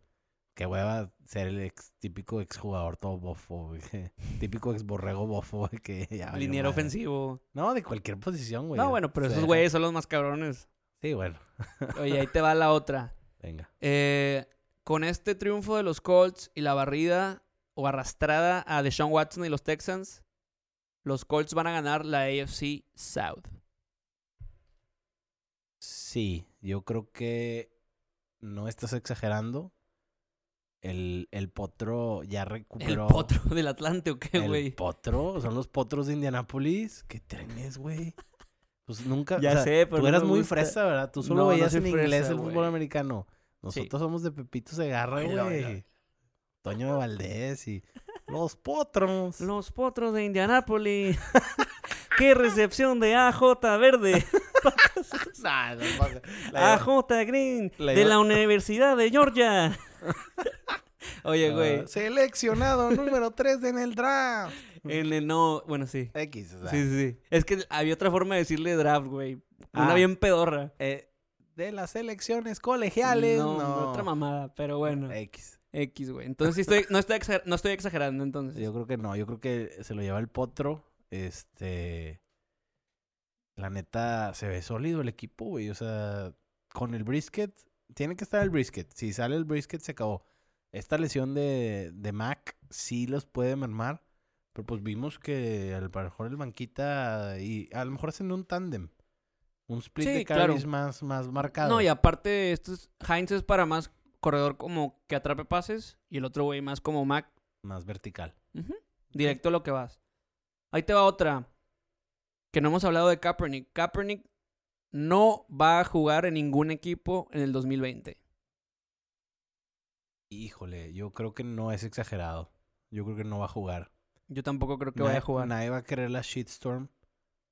[SPEAKER 1] qué hueva ser el ex- típico exjugador todo bofo, güey. Típico exborrego bofo, güey, que ya valió
[SPEAKER 2] liniero
[SPEAKER 1] madre.
[SPEAKER 2] ofensivo.
[SPEAKER 1] No, de cualquier posición, güey.
[SPEAKER 2] no, bueno, pero
[SPEAKER 1] Se
[SPEAKER 2] esos
[SPEAKER 1] deja-
[SPEAKER 2] güeyes son los más cabrones.
[SPEAKER 1] Sí, bueno,
[SPEAKER 2] Oye, ahí te va la otra.
[SPEAKER 1] venga.
[SPEAKER 2] Eh, con este triunfo de los Colts y la barrida o arrastrada a Deshaun Watson y los Texans, los Colts van a ganar la AFC South.
[SPEAKER 1] Sí, yo creo que no estás exagerando. El, el potro ya
[SPEAKER 2] El
[SPEAKER 1] recuperó.
[SPEAKER 2] potro del Atlante, ¿o qué,
[SPEAKER 1] el
[SPEAKER 2] güey?
[SPEAKER 1] potro, son los potros de Indianápolis. ¿Qué trenes, güey? Pues nunca. o
[SPEAKER 2] Ya
[SPEAKER 1] sea,
[SPEAKER 2] sé, pero
[SPEAKER 1] Tú
[SPEAKER 2] no
[SPEAKER 1] eras
[SPEAKER 2] me
[SPEAKER 1] muy
[SPEAKER 2] gusta.
[SPEAKER 1] fresa, ¿verdad? Tú solo
[SPEAKER 2] No, no
[SPEAKER 1] veías
[SPEAKER 2] soy
[SPEAKER 1] en inglés
[SPEAKER 2] fresa,
[SPEAKER 1] el fútbol
[SPEAKER 2] güey.
[SPEAKER 1] americano. Nosotros somos de Pepito Segarra,
[SPEAKER 2] Oilo, oilo.
[SPEAKER 1] güey. Toño de Valdés y los potros.
[SPEAKER 2] Los potros de Indianápolis. ¡Qué recepción de AJ Verde!
[SPEAKER 1] Nah, no pasa. La iba-
[SPEAKER 2] AJ Green
[SPEAKER 1] la
[SPEAKER 2] de
[SPEAKER 1] iba-
[SPEAKER 2] la Universidad de Georgia. Oye, güey.
[SPEAKER 1] Ah, Seleccionado número 3 en el draft.
[SPEAKER 2] en el no, bueno, sí.
[SPEAKER 1] X, o sea.
[SPEAKER 2] Sí, sí. Es que había otra forma de decirle draft, güey. Una
[SPEAKER 1] Ah.
[SPEAKER 2] bien pedorra.
[SPEAKER 1] eh, de las elecciones colegiales.
[SPEAKER 2] No,
[SPEAKER 1] No,
[SPEAKER 2] otra mamada, pero bueno.
[SPEAKER 1] X.
[SPEAKER 2] X, güey. Entonces sí estoy, no, estoy exager- no estoy exagerando, entonces.
[SPEAKER 1] Yo creo que no, yo creo que se lo lleva el potro. Este. La neta, se ve sólido el equipo, güey. O sea, con el brisket, tiene que estar el brisket. Si sale el brisket, se acabó. Esta lesión de, de Mac sí los puede mermar. Pero pues vimos que a lo mejor el banquita y a lo mejor hacen un tándem. Un split
[SPEAKER 2] Sí,
[SPEAKER 1] de
[SPEAKER 2] claro.
[SPEAKER 1] carries más, más marcado.
[SPEAKER 2] No, y aparte, esto es, Heinz es para más corredor como que atrape pases y el otro güey más como Mac.
[SPEAKER 1] Más vertical.
[SPEAKER 2] Ujú. Directo a lo que vas. Ahí te va otra. Que no hemos hablado de Kaepernick. Kaepernick no va a jugar en ningún equipo en el 2020.
[SPEAKER 1] Híjole, yo creo que no es exagerado. Yo creo que no va a jugar.
[SPEAKER 2] Yo tampoco creo que
[SPEAKER 1] Nadie-
[SPEAKER 2] vaya a jugar.
[SPEAKER 1] Nadie va a querer la shitstorm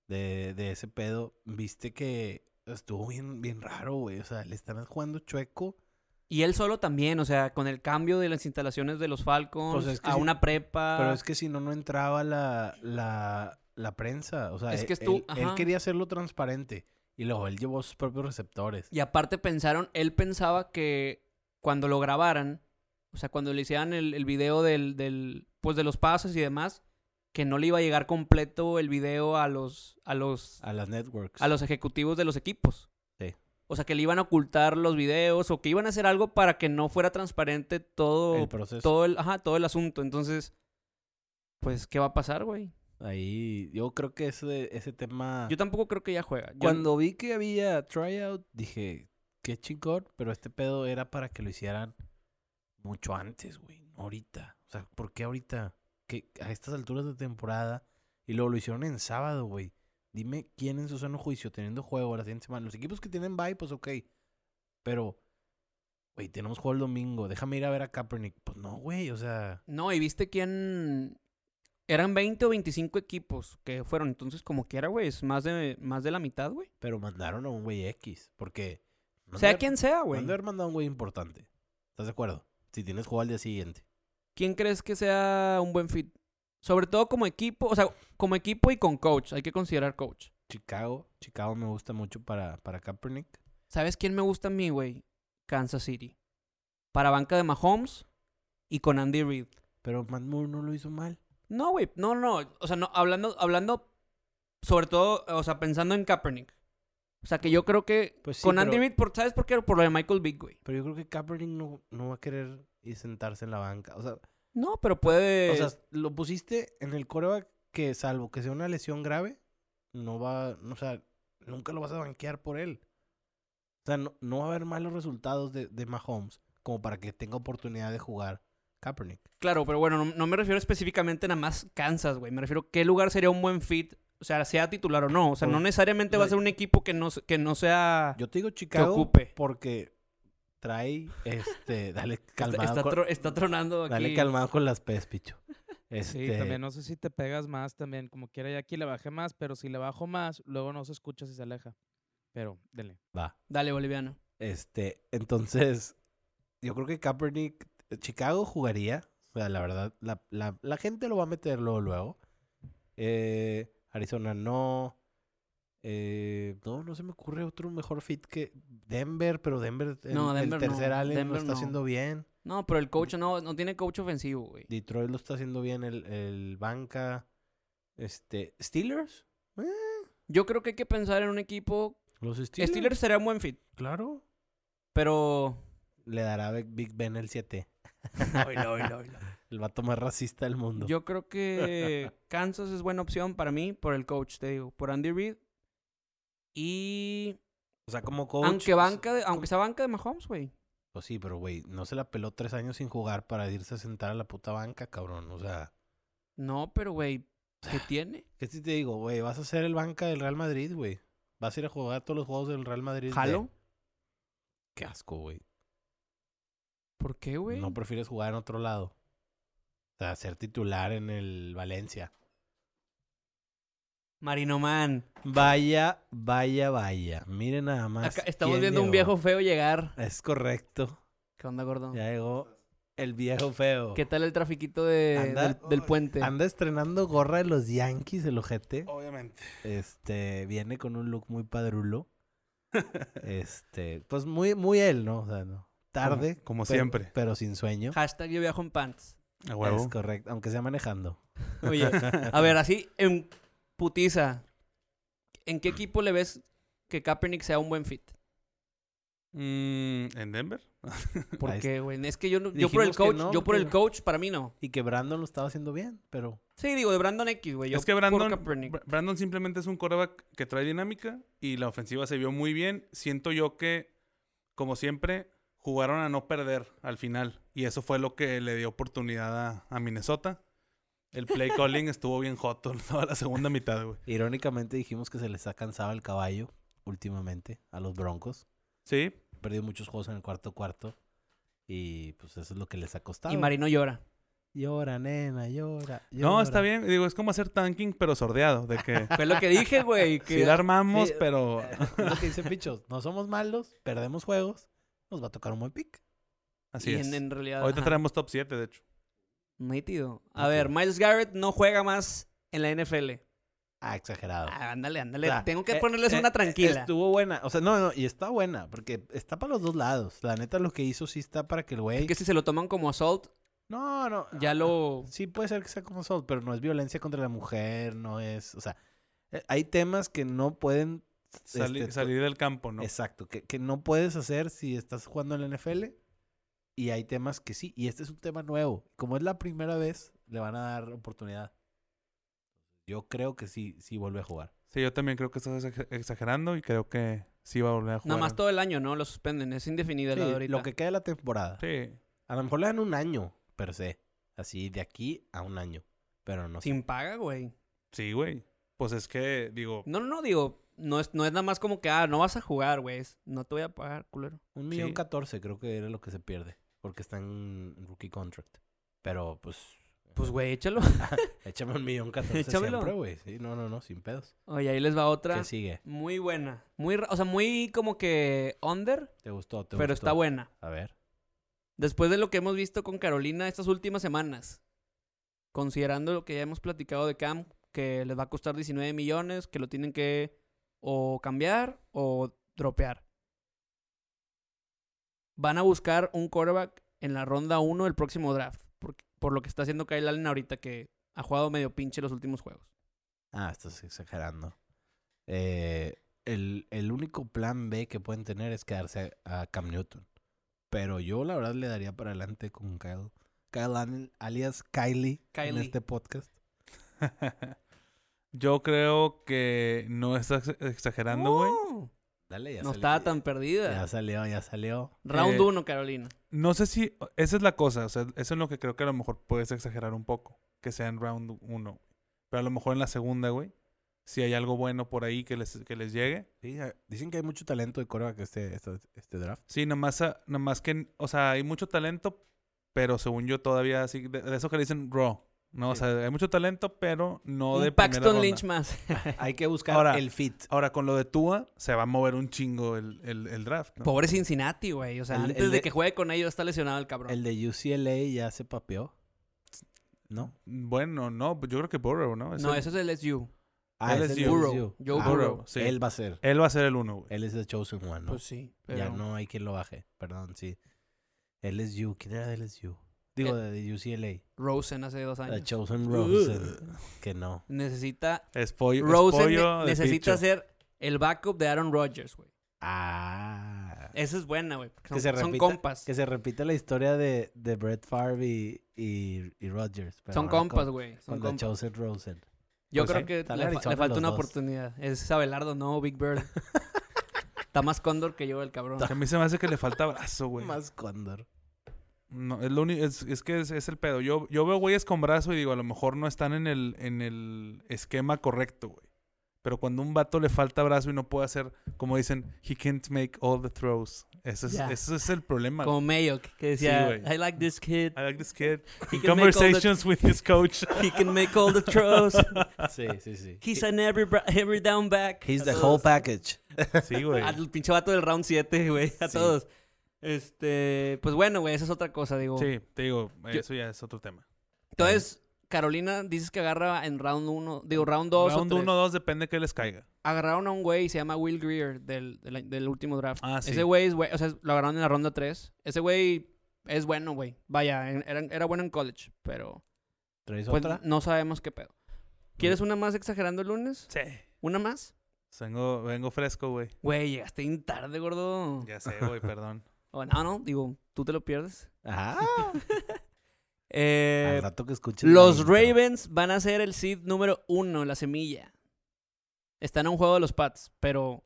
[SPEAKER 1] de, de ese pedo, viste que estuvo bien, bien raro, güey. O sea, le están jugando chueco.
[SPEAKER 2] Y él solo también, o sea, con el cambio de las instalaciones de los Falcons
[SPEAKER 1] Pues es que
[SPEAKER 2] a
[SPEAKER 1] sí,
[SPEAKER 2] una prepa.
[SPEAKER 1] Pero es que si no, no entraba la, la, la prensa. O sea,
[SPEAKER 2] Es que
[SPEAKER 1] él-
[SPEAKER 2] estuvo-
[SPEAKER 1] él,
[SPEAKER 2] ajá.
[SPEAKER 1] quería hacerlo transparente. Y luego él llevó sus propios receptores.
[SPEAKER 2] Y aparte pensaron, él pensaba que cuando lo grabaran, o sea, cuando le hicieran el, el video del, del, pues de los pasos y demás, que no le iba a llegar completo el video a los, a los,
[SPEAKER 1] A las networks.
[SPEAKER 2] a los ejecutivos de los equipos.
[SPEAKER 1] Sí.
[SPEAKER 2] O sea, que le iban a ocultar los videos o que iban a hacer algo para que no fuera transparente todo
[SPEAKER 1] el proceso.
[SPEAKER 2] todo el, ajá, todo el asunto. Entonces, pues, ¿qué va a pasar, güey?
[SPEAKER 1] Ahí yo creo que ese, ese tema...
[SPEAKER 2] Yo tampoco creo que ya juega. Yo-
[SPEAKER 1] Cuando vi que había tryout, dije, qué chingón, pero este pedo era para que lo hicieran mucho antes, güey, no ahorita. O sea, ¿por qué ahorita? Que a estas alturas de temporada, y luego lo hicieron en sábado, güey. Dime quién en su sano juicio, teniendo juego la siguiente semana. Los equipos que tienen bye, pues ok. Pero, güey, tenemos juego el domingo. Déjame ir a ver a Kaepernick. Pues no, güey, o sea,
[SPEAKER 2] No, y viste quién. Eran 20 o 25 equipos que fueron. Entonces, como quiera, güey, es más de, más de la mitad, güey.
[SPEAKER 1] pero mandaron a un güey X. Porque. no
[SPEAKER 2] Sea
[SPEAKER 1] debe-
[SPEAKER 2] quien sea,
[SPEAKER 1] no
[SPEAKER 2] güey.
[SPEAKER 1] han de haber mandado a un güey importante. ¿Estás de acuerdo? Si tienes juego al día siguiente.
[SPEAKER 2] ¿Quién crees que sea un buen fit? Sobre todo como equipo, o sea, como equipo y con coach. Hay que considerar coach.
[SPEAKER 1] Chicago. Chicago me gusta mucho para, para Kaepernick.
[SPEAKER 2] ¿Sabes quién me gusta a mí, güey? Kansas City. Para banca de Mahomes y con Andy Reid.
[SPEAKER 1] Pero Matt Moore no lo hizo mal.
[SPEAKER 2] No, güey. No, no. O sea, no, hablando, hablando, sobre todo, o sea, pensando en Kaepernick. O sea, que yo creo que
[SPEAKER 1] Pues sí,
[SPEAKER 2] con Andy
[SPEAKER 1] pero-
[SPEAKER 2] Reid, por, ¿sabes por qué? Por lo de Michael Vick, güey.
[SPEAKER 1] Pero yo creo que Kaepernick no, no va a querer ir sentarse en la banca. O sea,
[SPEAKER 2] No, pero puede.
[SPEAKER 1] o sea, lo pusiste en el coreback que, salvo que sea una lesión grave, no va. no, o sea, nunca lo vas a banquear por él. O sea, no, no va a haber malos resultados de, de Mahomes como para que tenga oportunidad de jugar Kaepernick.
[SPEAKER 2] Claro, pero bueno, no, no me refiero específicamente nada más Kansas, güey. Me refiero qué lugar sería un buen fit. O sea, sea titular o no. O sea,
[SPEAKER 1] Pues,
[SPEAKER 2] no necesariamente
[SPEAKER 1] o
[SPEAKER 2] va a
[SPEAKER 1] sea,
[SPEAKER 2] ser un equipo que no, se- que no sea.
[SPEAKER 1] Yo te digo Chicago
[SPEAKER 2] ocupe.
[SPEAKER 1] porque trae este, dale
[SPEAKER 2] está,
[SPEAKER 1] calmado,
[SPEAKER 2] está
[SPEAKER 1] con,
[SPEAKER 2] tro- está tronando aquí.
[SPEAKER 1] dale calmado con las pes, picho.
[SPEAKER 4] Sí,
[SPEAKER 1] Este,
[SPEAKER 4] también no sé si te pegas más también, como quiera, ya aquí le bajé más, pero si le bajo más, luego no se escucha si se aleja. Pero, dele.
[SPEAKER 1] va.
[SPEAKER 2] Dale, boliviano.
[SPEAKER 1] Este, entonces, yo creo que Kaepernick, eh, Chicago jugaría. O sea, la verdad, la, la- la gente lo va a meter luego, luego. Eh, Arizona no. Eh, no, no se me ocurre otro mejor fit que Denver, pero Denver, el,
[SPEAKER 2] No,
[SPEAKER 1] el
[SPEAKER 2] Denver no.
[SPEAKER 1] tercer Allen
[SPEAKER 2] Denver
[SPEAKER 1] lo está
[SPEAKER 2] no.
[SPEAKER 1] haciendo bien.
[SPEAKER 2] No, pero el coach no, no tiene coach ofensivo, güey.
[SPEAKER 1] Detroit lo está haciendo bien, el, el banca. Este, Steelers.
[SPEAKER 2] Yo creo que hay que pensar en un equipo.
[SPEAKER 1] Los Steelers.
[SPEAKER 2] Steelers, sería un buen fit,
[SPEAKER 1] Claro.
[SPEAKER 2] pero.
[SPEAKER 1] Le dará Big- Big Ben el 7. El vato más racista del mundo.
[SPEAKER 2] Yo creo que Kansas es buena opción para mí por el coach, te digo, por Andy Reid. Y
[SPEAKER 1] o sea, como coach.
[SPEAKER 2] aunque banca de-
[SPEAKER 1] como-
[SPEAKER 2] aunque sea banca de Mahomes, güey.
[SPEAKER 1] Pues sí, pero güey, no se la peló tres años sin jugar para irse a sentar a la puta banca, cabrón. O sea,
[SPEAKER 2] No, pero güey, ¿qué tiene?
[SPEAKER 1] ¿qué si te digo, güey? Vas a ser el banca del Real Madrid, güey. Vas a ir a jugar todos los juegos del Real Madrid. de-
[SPEAKER 2] ¿Jalo?
[SPEAKER 1] Qué asco, güey.
[SPEAKER 2] ¿Por qué, güey?
[SPEAKER 1] No pues, prefieres jugar en otro lado. O sea, ser titular en el Valencia.
[SPEAKER 2] Marino Man.
[SPEAKER 1] Vaya, vaya, vaya. Miren nada más.
[SPEAKER 2] Acá estamos
[SPEAKER 1] quién
[SPEAKER 2] viendo un
[SPEAKER 1] llegó.
[SPEAKER 2] viejo feo llegar.
[SPEAKER 1] Es correcto.
[SPEAKER 2] ¿Qué onda, gordo?
[SPEAKER 1] Ya llegó el viejo feo.
[SPEAKER 2] ¿Qué tal el trafiquito de,
[SPEAKER 1] Anda-
[SPEAKER 2] del, del puente?
[SPEAKER 1] Anda estrenando gorra de los Yankees, el ojete.
[SPEAKER 5] Obviamente.
[SPEAKER 1] Este, viene con un look muy padrulo. Este, pues muy, muy él, ¿no? O sea, no. Tarde.
[SPEAKER 5] Como, como
[SPEAKER 1] pe-
[SPEAKER 5] siempre.
[SPEAKER 1] Pero sin sueño.
[SPEAKER 2] Hashtag yo viajo en pants.
[SPEAKER 5] A
[SPEAKER 1] Es correcto. Aunque sea manejando.
[SPEAKER 2] Oye, a ver, así en putiza. ¿En qué equipo le ves que Kaepernick sea un buen fit?
[SPEAKER 5] Mm, ¿En Denver?
[SPEAKER 2] ¿Por
[SPEAKER 1] Ahí
[SPEAKER 2] qué, güey? Es que yo, no- yo por el
[SPEAKER 1] Dijimos que
[SPEAKER 2] coach,
[SPEAKER 1] no,
[SPEAKER 2] yo por el
[SPEAKER 1] porque-
[SPEAKER 2] coach, para mí no.
[SPEAKER 1] Y que Brandon lo estaba haciendo bien, pero.
[SPEAKER 2] Sí, digo, de Brandon X, güey. yo
[SPEAKER 5] es que
[SPEAKER 2] por
[SPEAKER 5] Brandon,
[SPEAKER 2] Kaepernick.
[SPEAKER 5] Br- Brandon simplemente es un coreback que trae dinámica y la ofensiva se vio muy bien. Siento yo que, como siempre, jugaron a no perder al final. Y eso fue lo que le dio oportunidad a, a Minnesota. El play calling estuvo bien hot toda la segunda mitad, güey.
[SPEAKER 1] Irónicamente dijimos que se les ha cansado el caballo últimamente a los Broncos.
[SPEAKER 5] Sí,
[SPEAKER 1] Perdió muchos juegos en el cuarto cuarto. Y pues eso es lo que les ha costado.
[SPEAKER 2] Y Marino llora.
[SPEAKER 1] Llora, nena, llora.
[SPEAKER 5] No, está
[SPEAKER 1] llora.
[SPEAKER 5] bien. Digo, es como hacer tanking, pero sordeado. De que
[SPEAKER 2] Fue lo que dije, güey. Que
[SPEAKER 5] sí la armamos,
[SPEAKER 1] Sí, eh,
[SPEAKER 5] pero...
[SPEAKER 1] Es lo que dicen pichos. No somos malos, perdemos juegos, nos va a tocar un buen pick.
[SPEAKER 5] Así
[SPEAKER 2] y
[SPEAKER 5] es.
[SPEAKER 2] en, en realidad.
[SPEAKER 5] Ahorita
[SPEAKER 2] ajá,
[SPEAKER 5] traemos top 7, de hecho.
[SPEAKER 2] nítido.
[SPEAKER 1] Nítido.
[SPEAKER 2] A ver, Miles Garrett no juega más en la NFL.
[SPEAKER 1] Ah, exagerado.
[SPEAKER 2] Ah, ándale, ándale.
[SPEAKER 1] O sea,
[SPEAKER 2] Tengo que
[SPEAKER 1] eh,
[SPEAKER 2] ponerles
[SPEAKER 1] eh,
[SPEAKER 2] una tranquila.
[SPEAKER 1] Estuvo buena. O sea, no, no, y está buena, porque está para los dos lados. La neta, lo que hizo sí está para que el güey.
[SPEAKER 2] que si se lo toman como assault,
[SPEAKER 1] No, no.
[SPEAKER 2] ya lo.
[SPEAKER 1] Sí, puede ser que sea como sol, pero no es violencia contra la mujer, no es. O sea, eh, hay temas que no pueden.
[SPEAKER 5] Sali-
[SPEAKER 1] este,
[SPEAKER 5] salir del campo, ¿no?
[SPEAKER 1] Exacto, que, que no puedes hacer si estás jugando en la NFL. Y hay temas que sí. Y este es un tema nuevo. Como es la primera vez, le van a dar oportunidad. Yo creo que sí, sí vuelve a jugar.
[SPEAKER 5] Sí, yo también creo que estás exa- exagerando y creo que sí va a volver a jugar.
[SPEAKER 2] Nada más todo el año, ¿no? Lo suspenden. Es indefinido
[SPEAKER 1] Sí,
[SPEAKER 2] lo de ahorita.
[SPEAKER 1] lo que queda de la temporada.
[SPEAKER 5] Sí.
[SPEAKER 1] A lo mejor le dan un año, per se. Así, de aquí a un año. Pero no sé.
[SPEAKER 2] Sin paga, güey.
[SPEAKER 5] Sí, güey. Pues es que, digo,
[SPEAKER 2] No, no, no, digo. No es, no es nada más como que, ah, no vas a jugar, güey. es, No te voy a pagar, culero.
[SPEAKER 1] Un millón
[SPEAKER 5] Sí.
[SPEAKER 1] catorce creo que era lo que se pierde. Porque está en rookie contract. Pero, pues,
[SPEAKER 2] Pues, güey, échalo.
[SPEAKER 1] échame un millón catorce
[SPEAKER 2] Échamelo.
[SPEAKER 1] siempre, güey. Sí, no, no, no, sin pedos.
[SPEAKER 2] Oye, ahí les va otra.
[SPEAKER 1] ¿Qué sigue?
[SPEAKER 2] Muy buena. Muy, ra- o sea, muy como que under,
[SPEAKER 1] ¿Te gustó? ¿Te
[SPEAKER 2] pero
[SPEAKER 1] gustó?
[SPEAKER 2] está buena.
[SPEAKER 1] A ver.
[SPEAKER 2] Después de lo que hemos visto con Carolina estas últimas semanas, considerando lo que ya hemos platicado de Cam, que les va a costar 19 millones, que lo tienen que o cambiar o dropear. Van a buscar un quarterback en la ronda 1 del próximo draft, por, por lo que está haciendo Kyle Allen ahorita que ha jugado medio pinche los últimos juegos.
[SPEAKER 1] Ah, estás exagerando. Eh, el, el único plan B que pueden tener es quedarse a, a Cam Newton. Pero yo, la verdad, le daría para adelante con Kyle. Kyle Allen, alias Kylie, en
[SPEAKER 2] Kylie.
[SPEAKER 1] este podcast.
[SPEAKER 5] yo creo que no estás ex- exagerando, güey.
[SPEAKER 2] ¡Oh!
[SPEAKER 1] Dale, ya
[SPEAKER 2] no
[SPEAKER 1] salió.
[SPEAKER 2] estaba tan perdida.
[SPEAKER 1] Ya salió, ya salió.
[SPEAKER 2] Round
[SPEAKER 5] Eh,
[SPEAKER 2] 1, Carolina.
[SPEAKER 5] No sé si... Esa es la cosa. O sea, eso es lo que creo que a lo mejor puedes exagerar un poco. Que sea en round 1. Pero a lo mejor en la segunda, güey. Si hay algo bueno por ahí que les, que les llegue.
[SPEAKER 1] Sí, a- dicen que hay mucho talento de coreback este, este, este draft.
[SPEAKER 5] Sí, nomás, a- nomás que... O sea, hay mucho talento, pero según yo todavía así... De, de eso que le dicen raw. No,
[SPEAKER 1] Sí.
[SPEAKER 5] o sea, hay mucho talento, pero no
[SPEAKER 2] Un
[SPEAKER 5] de primera
[SPEAKER 2] Paxton
[SPEAKER 5] ronda.
[SPEAKER 2] Lynch más.
[SPEAKER 1] Hay que buscar
[SPEAKER 5] Ahora-
[SPEAKER 1] el fit.
[SPEAKER 5] Ahora, con lo de Tua, se va a mover un chingo el, el- el draft. ¿no?
[SPEAKER 2] Pobre Cincinnati, güey. O sea,
[SPEAKER 1] El-
[SPEAKER 2] antes
[SPEAKER 1] el
[SPEAKER 2] de
[SPEAKER 1] de-
[SPEAKER 2] que juegue con ellos está lesionado el cabrón.
[SPEAKER 1] El de UCLA ya se papeó. ¿No?
[SPEAKER 5] Bueno, no, pues yo creo que Burrow, ¿no? Es
[SPEAKER 2] no,
[SPEAKER 5] el-
[SPEAKER 2] eso es el SU.
[SPEAKER 5] Él
[SPEAKER 1] Ah, es
[SPEAKER 5] es
[SPEAKER 1] el
[SPEAKER 5] Joe
[SPEAKER 2] Burrow.
[SPEAKER 1] LSU.
[SPEAKER 2] Joe
[SPEAKER 1] Ah,
[SPEAKER 2] Burrow.
[SPEAKER 5] sí.
[SPEAKER 1] Él va a ser.
[SPEAKER 5] Él va a ser el uno, güey.
[SPEAKER 1] Él es el chosen one, ¿no?
[SPEAKER 2] Pues sí. Pero...
[SPEAKER 1] Ya no hay quien lo baje. Perdón, sí. LSU. ¿Quién era de LSU? Digo, de- de UCLA.
[SPEAKER 2] Rosen hace dos
[SPEAKER 1] La
[SPEAKER 2] Eh, años.
[SPEAKER 1] Chosen Rosen. Que no.
[SPEAKER 2] Necesita.
[SPEAKER 5] Es pollo, es
[SPEAKER 2] Rosen
[SPEAKER 5] pollo
[SPEAKER 2] ne-
[SPEAKER 5] de
[SPEAKER 2] necesita
[SPEAKER 5] picho.
[SPEAKER 2] ser el backup de Aaron Rodgers, güey.
[SPEAKER 1] Ah.
[SPEAKER 2] Esa es buena, güey. porque
[SPEAKER 1] Que
[SPEAKER 2] Son,
[SPEAKER 1] se
[SPEAKER 2] son
[SPEAKER 1] repita-
[SPEAKER 2] compas.
[SPEAKER 1] Que se repita la historia de, de Brett Favre y, y, y Rodgers. pero
[SPEAKER 2] Son
[SPEAKER 1] ahora con-
[SPEAKER 2] compas, güey. son
[SPEAKER 1] Con, The
[SPEAKER 2] compas.
[SPEAKER 1] Chosen Rosen.
[SPEAKER 2] Yo
[SPEAKER 1] Pues
[SPEAKER 2] creo
[SPEAKER 1] sí,
[SPEAKER 2] que le,
[SPEAKER 1] están en
[SPEAKER 2] fa- le
[SPEAKER 1] Arizona
[SPEAKER 2] falta
[SPEAKER 1] los
[SPEAKER 2] una
[SPEAKER 1] dos.
[SPEAKER 2] oportunidad. Es Abelardo, no, Big Bird. está más cóndor que yo el cabrón.
[SPEAKER 5] A mí se me hace que le falta brazo, güey.
[SPEAKER 1] Más cóndor.
[SPEAKER 5] No, es, lo uni- es, es que es, es el pedo. Yo, yo veo güeyes con brazo y digo, a lo mejor no están en el, en el esquema correcto, güey. Pero cuando un vato le falta brazo y no puede hacer, como dicen, he can't make all the throws. Ese es,
[SPEAKER 2] Ya.
[SPEAKER 5] ese es el problema.
[SPEAKER 2] Como Mayo, que decía,
[SPEAKER 5] güey.
[SPEAKER 2] I like this kid.
[SPEAKER 5] I like this kid.
[SPEAKER 2] can make all
[SPEAKER 5] In
[SPEAKER 2] the-
[SPEAKER 5] conversations with his coach.
[SPEAKER 2] He can make all the throws.
[SPEAKER 1] Sí, sí, sí.
[SPEAKER 2] He's an every, bra- every down back.
[SPEAKER 1] He's
[SPEAKER 2] A
[SPEAKER 1] the
[SPEAKER 2] todos.
[SPEAKER 1] whole package.
[SPEAKER 5] Sí, güey.
[SPEAKER 2] Al pinche vato del round 7, güey. A
[SPEAKER 1] Sí.
[SPEAKER 2] todos. Este, pues bueno, güey, esa es otra cosa, digo.
[SPEAKER 5] Sí, te digo,
[SPEAKER 2] Yo-
[SPEAKER 5] eso ya es otro tema.
[SPEAKER 2] Entonces, Carolina, dices que agarra en round 1, digo, round 2
[SPEAKER 5] Round 1 2 depende que les caiga.
[SPEAKER 2] Agarraron a un güey, se llama Will Greer, del, del, del último draft.
[SPEAKER 5] Ah, sí.
[SPEAKER 2] Ese güey es, güey, o sea, lo agarraron en la ronda 3. Ese güey es bueno, güey. Vaya, en- era, era bueno en college, pero
[SPEAKER 1] ¿Traes
[SPEAKER 2] pues,
[SPEAKER 1] otra?
[SPEAKER 2] no sabemos qué pedo. ¿Quieres una más exagerando el lunes?
[SPEAKER 5] Sí.
[SPEAKER 2] ¿Una más?
[SPEAKER 5] Vengo, vengo fresco, güey.
[SPEAKER 2] Güey, llegaste bien tarde, gordo.
[SPEAKER 5] Ya sé, güey, perdón.
[SPEAKER 2] O no, no, digo, tú te lo pierdes.
[SPEAKER 1] Ah,
[SPEAKER 2] Eh,
[SPEAKER 1] al rato que escuches. la
[SPEAKER 2] Los
[SPEAKER 1] intro.
[SPEAKER 2] Ravens van a ser el seed número uno, la semilla. Están a un juego de los Pats, pero.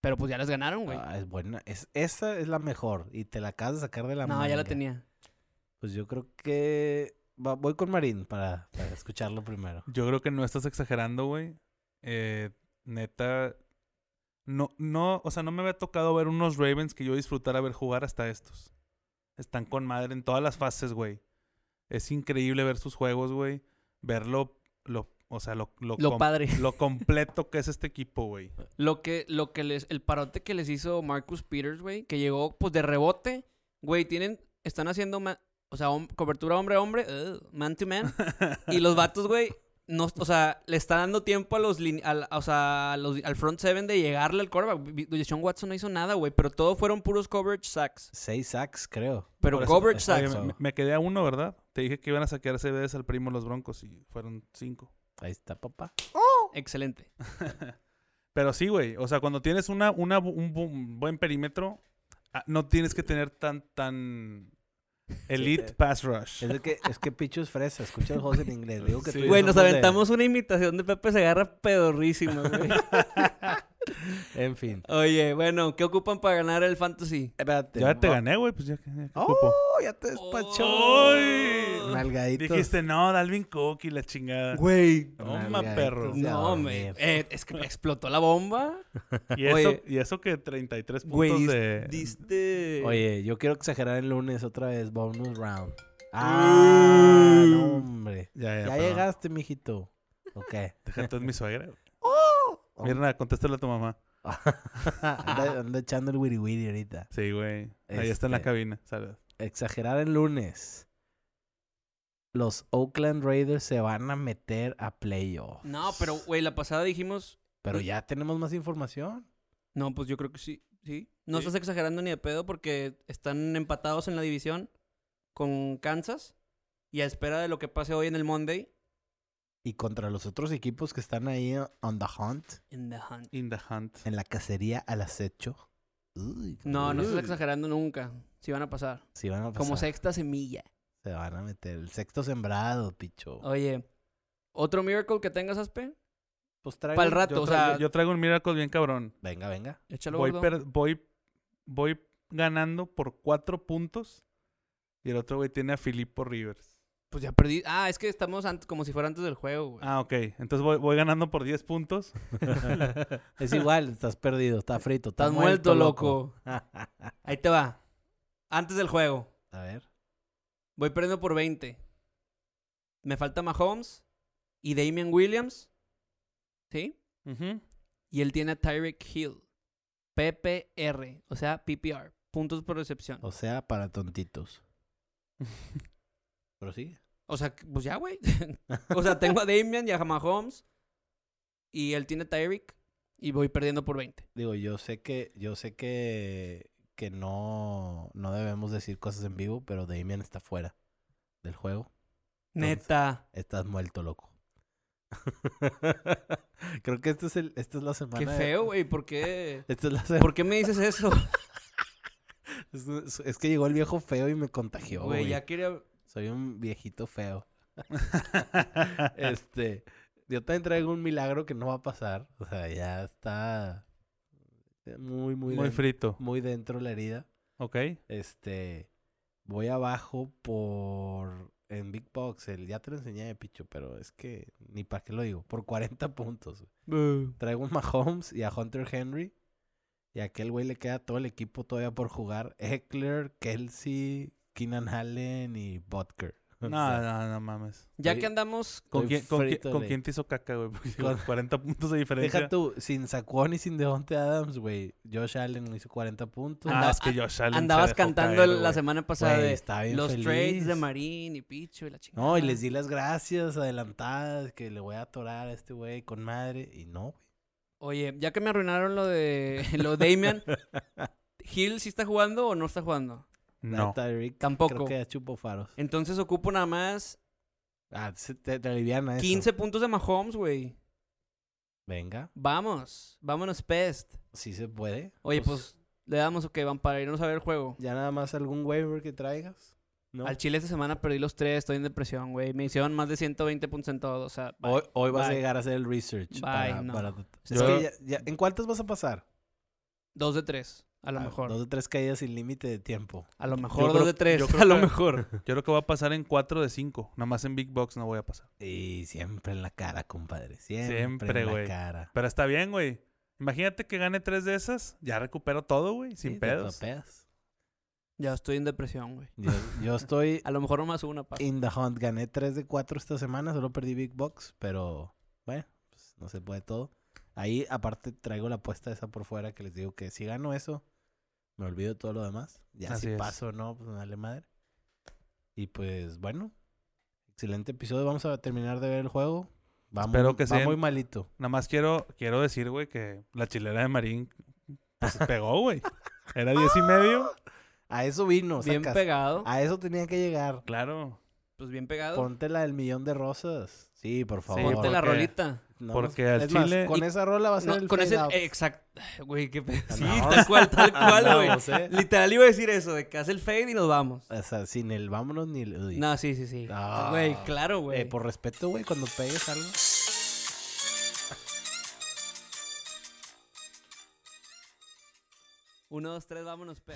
[SPEAKER 2] Pero pues ya les ganaron, güey.
[SPEAKER 1] Ah, es buena. Es, esa es la mejor. Y te la acabas de sacar de la
[SPEAKER 2] no, ya la
[SPEAKER 1] manga.
[SPEAKER 2] tenía.
[SPEAKER 1] Pues yo creo que. va- voy con Marín para, para escucharlo primero.
[SPEAKER 5] Yo creo que no estás exagerando, güey. Eh, neta. No, no, o sea, no me había tocado ver unos Ravens que yo disfrutara ver jugar hasta estos. Están con madre en todas las fases, güey. Es increíble ver sus juegos, güey. Ver lo, lo- o sea, lo, lo,
[SPEAKER 2] Lo
[SPEAKER 5] com-
[SPEAKER 2] padre.
[SPEAKER 5] lo completo que es este equipo, güey.
[SPEAKER 2] Lo que, lo que les, el parote que les hizo Marcus Peters, güey, que llegó pues de rebote, güey, tienen, están haciendo, ma- o sea, hom- cobertura hombre a hombre, ugh, man to man, y los vatos, güey, no, o sea, le está dando tiempo a los, lin- al, o sea, a los- al front seven de llegarle al quarterback. Vi- Deshaun Watson no hizo nada, güey, pero todo fueron puros coverage sacks.
[SPEAKER 1] Seis sacks, creo.
[SPEAKER 2] Pero
[SPEAKER 5] Por eso-
[SPEAKER 2] coverage
[SPEAKER 1] está
[SPEAKER 2] sacks.
[SPEAKER 5] Oye, me, me quedé a uno, ¿verdad? Te dije que iban a saquear veces al primo los Broncos y fueron cinco.
[SPEAKER 1] Ahí está, papá.
[SPEAKER 2] Excelente.
[SPEAKER 5] Pero sí, güey. O sea, cuando tienes una, una, bu- un bu- buen perímetro, ah, no tienes que tener tan, tan elite
[SPEAKER 1] eh.
[SPEAKER 5] pass rush.
[SPEAKER 1] Es de que, es que Pichu es fresa. Escucha el host en inglés. Digo que tú y yo
[SPEAKER 2] Güey, nos
[SPEAKER 1] somos de-
[SPEAKER 2] aventamos una imitación de Pepe Segarra pedorrísima, güey.
[SPEAKER 1] En fin.
[SPEAKER 2] Oye, bueno, ¿qué ocupan para ganar el fantasy?
[SPEAKER 1] Espérate.
[SPEAKER 5] Ya te
[SPEAKER 1] va-
[SPEAKER 5] gané, güey. Pues ya, que- ya que ocupo.
[SPEAKER 1] ¡Oh! Ya te despachó.
[SPEAKER 5] ¡Ay!
[SPEAKER 1] Nalgaditos.
[SPEAKER 5] Dijiste, no, Dalvin Cook y la chingada.
[SPEAKER 2] Güey,
[SPEAKER 5] Toma,
[SPEAKER 1] Nalgaditos
[SPEAKER 5] perro.
[SPEAKER 1] de a
[SPEAKER 2] No, me,
[SPEAKER 1] dormir.
[SPEAKER 2] eh, es que explotó la bomba.
[SPEAKER 5] Y eso,
[SPEAKER 2] Oye.
[SPEAKER 5] y eso que 33 puntos
[SPEAKER 2] Güey, dis-
[SPEAKER 5] de...
[SPEAKER 2] diste.
[SPEAKER 1] Oye, yo quiero exagerar el lunes otra vez. Bonus round. ¡Ah! No, hombre.
[SPEAKER 5] Ya,
[SPEAKER 1] Ya
[SPEAKER 5] perdón.
[SPEAKER 1] llegaste, mijito. Ok.
[SPEAKER 5] Déjate, es mi suegra. güey.
[SPEAKER 1] Oh.
[SPEAKER 5] Mirna, contéstale a tu mamá.
[SPEAKER 1] anda, anda echando el wiri wiri ahorita.
[SPEAKER 5] Sí, güey. Ahí está en la
[SPEAKER 1] Este.
[SPEAKER 5] cabina. Saludos.
[SPEAKER 1] Exagerar el lunes. Los Oakland Raiders se van a meter a playoff.
[SPEAKER 2] No, pero, güey, la pasada dijimos.
[SPEAKER 1] Pero ya tenemos más información.
[SPEAKER 2] No, pues yo creo que sí. sí. No
[SPEAKER 5] Sí.
[SPEAKER 2] estás exagerando ni de pedo porque están empatados en la división con Kansas. Y a espera de lo que pase hoy en el Monday.
[SPEAKER 1] Y contra los otros equipos que están ahí on the hunt,
[SPEAKER 2] In the hunt.
[SPEAKER 5] In the hunt.
[SPEAKER 1] en la cacería al acecho. Uy,
[SPEAKER 2] No, no estás
[SPEAKER 5] Uy.
[SPEAKER 2] exagerando nunca. Si van a pasar.
[SPEAKER 1] Sí van a
[SPEAKER 2] Como
[SPEAKER 1] pasar.
[SPEAKER 2] sexta semilla.
[SPEAKER 1] Se van a meter. El sexto sembrado, picho.
[SPEAKER 2] Oye, ¿otro miracle que tengas, Aspe?
[SPEAKER 1] Pues traigo-
[SPEAKER 2] Para el rato,
[SPEAKER 5] Yo,
[SPEAKER 2] o
[SPEAKER 5] traigo-
[SPEAKER 2] sea,
[SPEAKER 5] yo traigo un miracle bien cabrón.
[SPEAKER 1] Venga, venga.
[SPEAKER 2] échalo
[SPEAKER 5] voy,
[SPEAKER 2] gordo.
[SPEAKER 5] per- voy, voy ganando por cuatro puntos. Y el otro güey tiene a Filippo Rivers.
[SPEAKER 2] Pues ya perdí. Ah, es que estamos ant- como si fuera antes del juego, güey.
[SPEAKER 5] Ah, ok. Entonces voy, voy ganando por 10 puntos.
[SPEAKER 1] Es igual, estás perdido, está frito, está
[SPEAKER 2] Estás muerto, loco.
[SPEAKER 1] a
[SPEAKER 2] Ahí te va. Antes del juego.
[SPEAKER 1] ver.
[SPEAKER 2] Voy perdiendo por 20. Me falta Mahomes y Damian Williams. ¿Sí?
[SPEAKER 5] Ujú.
[SPEAKER 2] Y él tiene a Tyreek Hill. PPR. O sea, PPR. Puntos por recepción.
[SPEAKER 1] O sea, para tontitos. Pero sí.
[SPEAKER 2] O sea, que- pues ya, güey. o sea, tengo a Damian y a Mahomes. Y él tiene a Tyreek. Y voy perdiendo por 20.
[SPEAKER 1] Digo, yo sé que, yo sé que, que no, no debemos decir cosas en vivo, pero Damian está fuera del juego.
[SPEAKER 2] Neta.
[SPEAKER 1] Estás muerto, loco. Creo que este es el, esta es la semana.
[SPEAKER 2] Qué
[SPEAKER 1] de-
[SPEAKER 2] feo, güey. ¿Por qué?
[SPEAKER 1] Esta es la
[SPEAKER 2] ¿Por
[SPEAKER 1] semana.
[SPEAKER 2] qué me dices eso?
[SPEAKER 1] Es, es- es que llegó el viejo feo y me contagió.
[SPEAKER 2] Güey,
[SPEAKER 1] güey.
[SPEAKER 2] ya quería...
[SPEAKER 1] Soy un viejito feo. este, yo también traigo un milagro que no va a pasar. O sea, ya está muy, muy,
[SPEAKER 5] Muy
[SPEAKER 1] den-
[SPEAKER 5] frito.
[SPEAKER 1] muy dentro la herida.
[SPEAKER 5] Ok.
[SPEAKER 1] Este, voy abajo por en Big Box. El, ya te lo enseñé, Picho, pero es que ni para qué lo digo. Por 40 puntos. güey. Traigo a Mahomes y a Hunter Henry. Y a aquel güey le queda todo el equipo todavía por jugar. Eckler, Kelsey, Keenan Allen y Butker.
[SPEAKER 5] No, no, no mames.
[SPEAKER 2] Ya
[SPEAKER 1] Estoy-
[SPEAKER 2] que andamos
[SPEAKER 1] Pues
[SPEAKER 5] ¿Con
[SPEAKER 1] Estoy
[SPEAKER 5] quién, con, quién,
[SPEAKER 1] frito,
[SPEAKER 5] con
[SPEAKER 1] güey.
[SPEAKER 5] quién te hizo caca, güey? Porque
[SPEAKER 1] Con-
[SPEAKER 5] 40 puntos de
[SPEAKER 1] Deja
[SPEAKER 5] diferencia.
[SPEAKER 1] tú, sin Saquon y sin Devonte Adams, güey. Josh Allen hizo 40 puntos.
[SPEAKER 5] Ah,
[SPEAKER 2] Anda-
[SPEAKER 5] es que Josh Allen se
[SPEAKER 2] Andabas
[SPEAKER 5] dejó
[SPEAKER 2] cantando
[SPEAKER 5] caer,
[SPEAKER 2] el- la
[SPEAKER 5] güey.
[SPEAKER 2] semana pasada
[SPEAKER 1] güey,
[SPEAKER 2] de
[SPEAKER 1] estaba bien
[SPEAKER 2] los trades de
[SPEAKER 1] feliz.
[SPEAKER 2] Marín y Picho y la chingada.
[SPEAKER 1] No, y les di las gracias adelantadas que le voy a atorar a este güey con madre. Y no, güey.
[SPEAKER 2] Oye, ya que me arruinaron lo de lo de Damian, ¿Hill sí está jugando o no está jugando?
[SPEAKER 1] La de
[SPEAKER 5] No.
[SPEAKER 1] Tyreek,
[SPEAKER 2] Tampoco.
[SPEAKER 1] Creo que ya chupó faros.
[SPEAKER 2] Entonces ocupo nada más
[SPEAKER 1] Ah, se- te, te aliviana eso.
[SPEAKER 2] 15 puntos de Mahomes, güey.
[SPEAKER 1] Venga,
[SPEAKER 2] Vamos, vámonos pest.
[SPEAKER 1] si se puede.
[SPEAKER 2] Oye, pues le damos ok, van para irnos a ver el juego.
[SPEAKER 1] Ya nada más algún waiver que traigas. ¿no?
[SPEAKER 2] Al Chile esta semana perdí los tres, estoy en depresión, güey. Me hicieron más de 120 puntos en todo, o sea, bye.
[SPEAKER 1] Hoy, hoy vas a
[SPEAKER 2] Bye.
[SPEAKER 1] llegar a hacer el research.
[SPEAKER 2] Bye,
[SPEAKER 1] para,
[SPEAKER 2] no.
[SPEAKER 1] para-
[SPEAKER 2] Yo-
[SPEAKER 1] Es que ya- ya- ¿En cuántas vas a pasar?
[SPEAKER 2] dos de tres, a lo
[SPEAKER 1] Ah,
[SPEAKER 2] mejor.
[SPEAKER 1] Dos o tres caídas sin límite de tiempo.
[SPEAKER 2] A lo
[SPEAKER 5] Yo
[SPEAKER 2] mejor
[SPEAKER 5] creo-
[SPEAKER 2] dos de tres,
[SPEAKER 5] yo creo
[SPEAKER 2] a lo
[SPEAKER 5] que-
[SPEAKER 2] mejor.
[SPEAKER 5] Yo creo que voy a pasar en 4 de 5. Nada más en Big Box no voy a pasar.
[SPEAKER 1] Y siempre en la cara, compadre. Siempre,
[SPEAKER 5] Siempre,
[SPEAKER 1] en la
[SPEAKER 5] güey.
[SPEAKER 1] cara.
[SPEAKER 5] Pero está bien, güey. Imagínate que gane 3 de esas. Ya recupero todo, güey. Sin
[SPEAKER 1] Sí, te
[SPEAKER 5] pedos.
[SPEAKER 1] topeas.
[SPEAKER 2] Ya estoy en depresión, güey.
[SPEAKER 1] Yo, yo estoy
[SPEAKER 2] A lo mejor nomás hubo una paz.
[SPEAKER 1] in the hunt. Gané 3 de 4 esta semana. Solo perdí Big Box, pero bueno, pues, no se puede todo. Ahí, aparte, traigo la apuesta esa por fuera que les digo que si gano eso, me olvido de todo lo demás. Ya
[SPEAKER 5] Así
[SPEAKER 1] si
[SPEAKER 5] es.
[SPEAKER 1] paso o no, pues me vale madre. Y pues bueno, excelente episodio. Vamos a terminar de ver el juego. Va, muy-
[SPEAKER 5] Espero que
[SPEAKER 1] va
[SPEAKER 5] sean-
[SPEAKER 1] muy malito.
[SPEAKER 5] Nada más quiero, quiero decir, güey, que la chilera de Marín pues, pegó, güey. Era diez y medio.
[SPEAKER 1] A eso vino,
[SPEAKER 2] Bien
[SPEAKER 1] sacas. Ah,
[SPEAKER 2] pegado.
[SPEAKER 1] A eso tenía que llegar.
[SPEAKER 5] Claro.
[SPEAKER 2] Pues bien pegado.
[SPEAKER 1] Ponte la del millón de rosas. Sí, por favor.
[SPEAKER 2] Ponte la
[SPEAKER 5] porque-
[SPEAKER 2] rolita.
[SPEAKER 1] No,
[SPEAKER 5] porque
[SPEAKER 1] no-
[SPEAKER 5] al
[SPEAKER 1] es más,
[SPEAKER 5] chile-
[SPEAKER 1] con
[SPEAKER 2] Y-
[SPEAKER 1] esa rola va a ser
[SPEAKER 2] No,
[SPEAKER 1] el
[SPEAKER 2] con ese.
[SPEAKER 1] fade out.
[SPEAKER 2] Exacto. Güey, qué pedo. Sí,
[SPEAKER 1] Andamos.
[SPEAKER 2] tal cual, tal cual, güey.
[SPEAKER 1] Andamos, ¿eh?
[SPEAKER 2] Literal iba a decir eso, de que hace el fade y nos vamos.
[SPEAKER 1] O sea, sin el vámonos ni el. uy.
[SPEAKER 2] No, sí, sí, sí.
[SPEAKER 1] Ah.
[SPEAKER 2] Güey, claro,
[SPEAKER 1] Eh,
[SPEAKER 2] güey.
[SPEAKER 1] por respeto, güey, cuando pegues algo.
[SPEAKER 2] Uno, dos, tres, vámonos, pe.